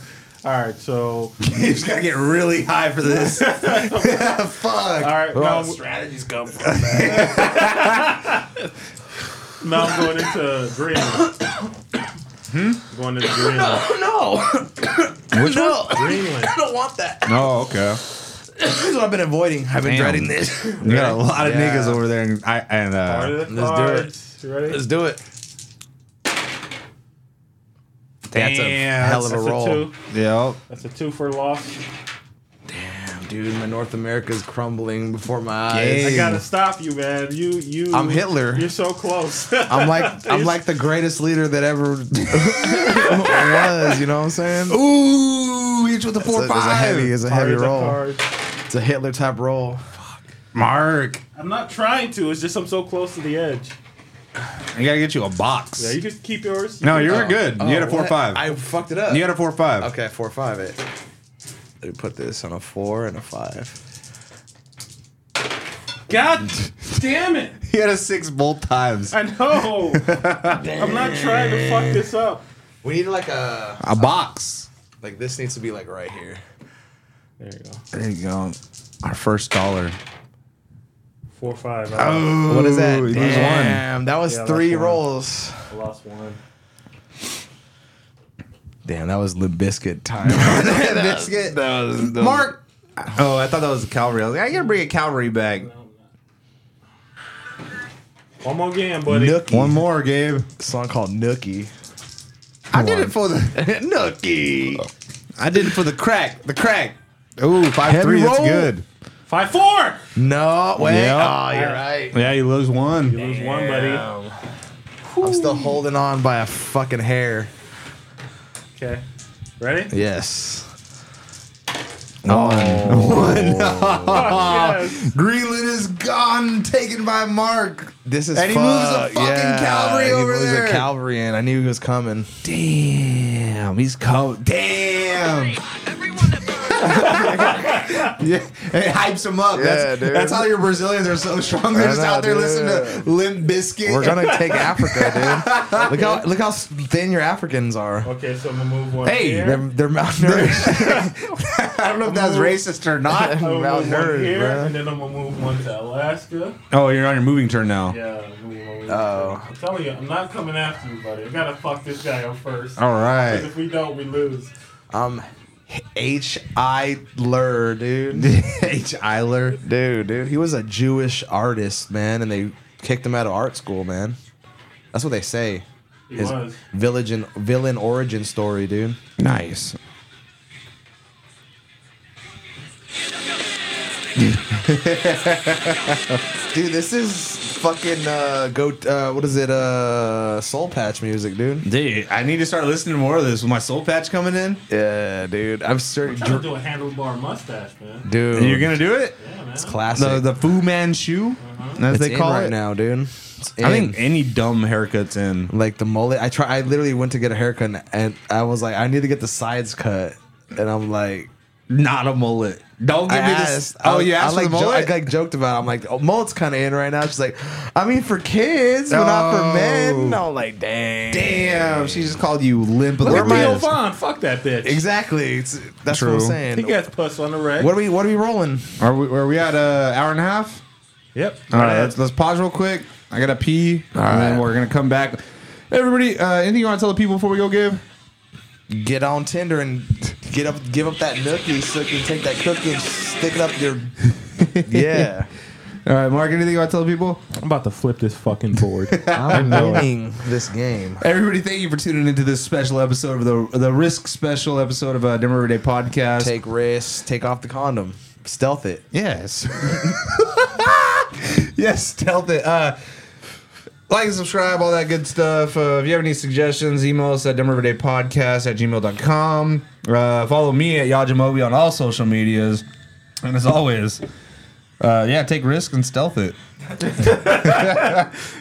A: right, so
B: [laughs] you just gotta get really high for this. [laughs]
A: all
B: Fuck.
A: right, now,
C: strategies come from?
A: [laughs] now I'm going into Greenland. hmm? Going into Greenland.
C: [coughs] no, no,
A: Greenland.
C: I don't want that.
B: Oh, okay.
C: This is what I've been avoiding. I've been
B: Damn.
C: dreading this.
B: You got a lot of
C: Yeah.
B: niggas over there, and I and
A: Part
B: uh,
A: of the
C: let's do it.
A: cards. You ready?
C: Let's do it. That's a
B: Damn,
C: hell of a
A: That's
C: roll.
A: a two.
B: yeah.
A: That's a two for loss.
C: Damn, dude, my North America's crumbling before my eyes.
B: Game.
A: I gotta stop you, man. You, you.
C: I'm Hitler.
A: You're so close. [laughs]
B: [laughs]
C: I'm like I'm like the greatest leader that ever [laughs] was. You know what I'm saying?
B: Ooh, each with a four
C: it's, a, it's a
B: five.
C: heavy, it's a
A: Part
C: heavy
A: of the
C: roll.
A: cards.
C: It's a Hitler type roll.
B: Mark,
A: I'm not trying to. It's just I'm so close to the edge.
B: I gotta get you a box.
A: Yeah, you just keep yours.
B: no, you were good. you had a four
C: Oh. what?
B: five.
C: I fucked it up.
B: you had a four five.
C: okay, four five. It. Let me put this on a four and a five. [laughs]
A: God damn it!
B: You had a six both times.
A: I
C: [laughs]
A: know. I'm not trying to fuck this up.
C: We need like a
B: A box.
C: like this needs to be like right here.
A: There you go.
B: There you go. Our first dollar.
A: Four five. uh, I
B: Oh,
C: What is that?
B: You lose one.
C: Damn, that was
A: Yeah, that's
C: three
A: one.
C: rolls.
A: lost one.
C: Damn, that was [laughs] Limp
B: [laughs]
C: Biscuit time.
B: Biscuit. Mark. Oh, I thought that was a Calvary. I was like, I gotta bring a Calvary bag.
A: One more game, buddy.
B: One more, Gabe.
C: song called Nookie.
B: I did it for the [laughs] nookie. I did it for the crack. The crack. Ooh, five three. That's
C: roll.
B: good.
A: Five four.
C: No, wait.
B: Yeah.
C: Oh, you're right.
B: Yeah, you lose one.
A: You lose one, buddy.
C: I'm still holding on by a fucking hair.
A: Okay. Ready? Yes.
C: Yes.
B: Greenland is gone, taken by Mark.
C: This is
B: And he moves a
C: fuck-
B: fucking cavalry over
C: He moves
B: there.
C: a cavalry in. I knew he was coming.
B: Damn, he's cold. Damn. yeah, it hypes him up. that's,
C: dude.
B: that's how your Brazilians are so strong. They're just
C: know,
B: out there
C: dude.
B: listening to Limp Biscuit.
C: We're gonna [laughs] take Africa, dude. Look how look how thin your Africans are.
A: Okay, so I'm gonna move one.
B: Hey,
A: here.
C: They're they're
B: [laughs]
C: malnourished. [laughs]
B: I don't know if that's racist or not.
A: I'm gonna move one
C: malnourished,
A: here,
C: bruh.
A: and then I'm gonna move one to Alaska.
B: [laughs] Oh, you're on your moving turn now.
A: Yeah. I'm gonna move one.
C: Oh.
A: I'm telling you, I'm not coming after you, buddy. I gotta fuck this guy up first.
B: All right.
A: If we don't, we lose.
C: I'm Um, H I Ler, dude.
B: [laughs]
C: [laughs]
B: H. Eiler.
C: Dude, dude, he was a Jewish artist, man, and they kicked him out of art school, man. That's what they say.
A: He
C: His
A: was.
C: village and villain origin story, dude.
B: Nice.
C: Dude, this is fucking uh go uh what is it? Uh soul patch music, dude.
B: Dude, I need to start listening to more of this with my soul patch coming in.
C: Yeah, dude. I'm certain
A: Trying to do a handlebar mustache, man.
C: dude.
B: You're gonna do it?
A: Yeah, man.
C: it's classic.
B: The the Fu Manchu, as
C: It's
B: they
C: in
B: call
C: right
B: it.
C: now, dude. It's
B: I
C: in.
B: think any dumb haircut's in.
C: like the mullet. I try. I literally went to get a haircut, and, and I was like, I need to get the sides cut, and I'm like,
B: Not a mullet. Don't
C: I
B: give me this.
C: asked.
B: Oh,
C: I,
B: you asked
C: I, like,
B: for the
C: jo- I
B: mullet?
C: like joked about. It. I'm like, oh, mullet's kind of in right now. She's like, I mean, for kids, but not for men.
B: Oh.
C: I'm like, dang,
B: Damn, she just called you limp.
A: Look at Theo
B: Lippis.
A: Vaughn. Fuck that bitch.
C: Exactly. It's, that's what
B: True.
C: I'm
A: He
C: saying.
A: gets puss on the rag.
C: What are we? What are we rolling?
B: Are we, are we at an hour and a half?
A: Yep. Uh,
B: All right, let's, let's pause real quick. I gotta pee, and then we're gonna come back. Everybody, uh, anything you want to tell the people before we go, Give
C: Get on Tinder and get up, give up that nookie so you can take that cookie and stick it up
B: [laughs]
C: your. [laughs] yeah,
B: All right, Mark, anything you want to tell the people?
A: I'm about to flip this fucking [laughs] board.
C: [laughs] I'm winning this game.
B: Everybody, thank you for tuning into this special episode of the the Risk Special episode of uh, Denver Everyday Podcast.
C: Take risks. Take off the condom. Stealth it.
B: Yes. [laughs] yes, stealth it. Uh, like and subscribe, all that good stuff. Uh, if you have any suggestions, email us at Podcast at gmail.com. Uh, follow me at Yajamobi on all social medias. And as always, uh, yeah, take risks and stealth it.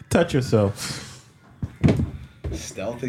A: Touch yourself.
C: Stealth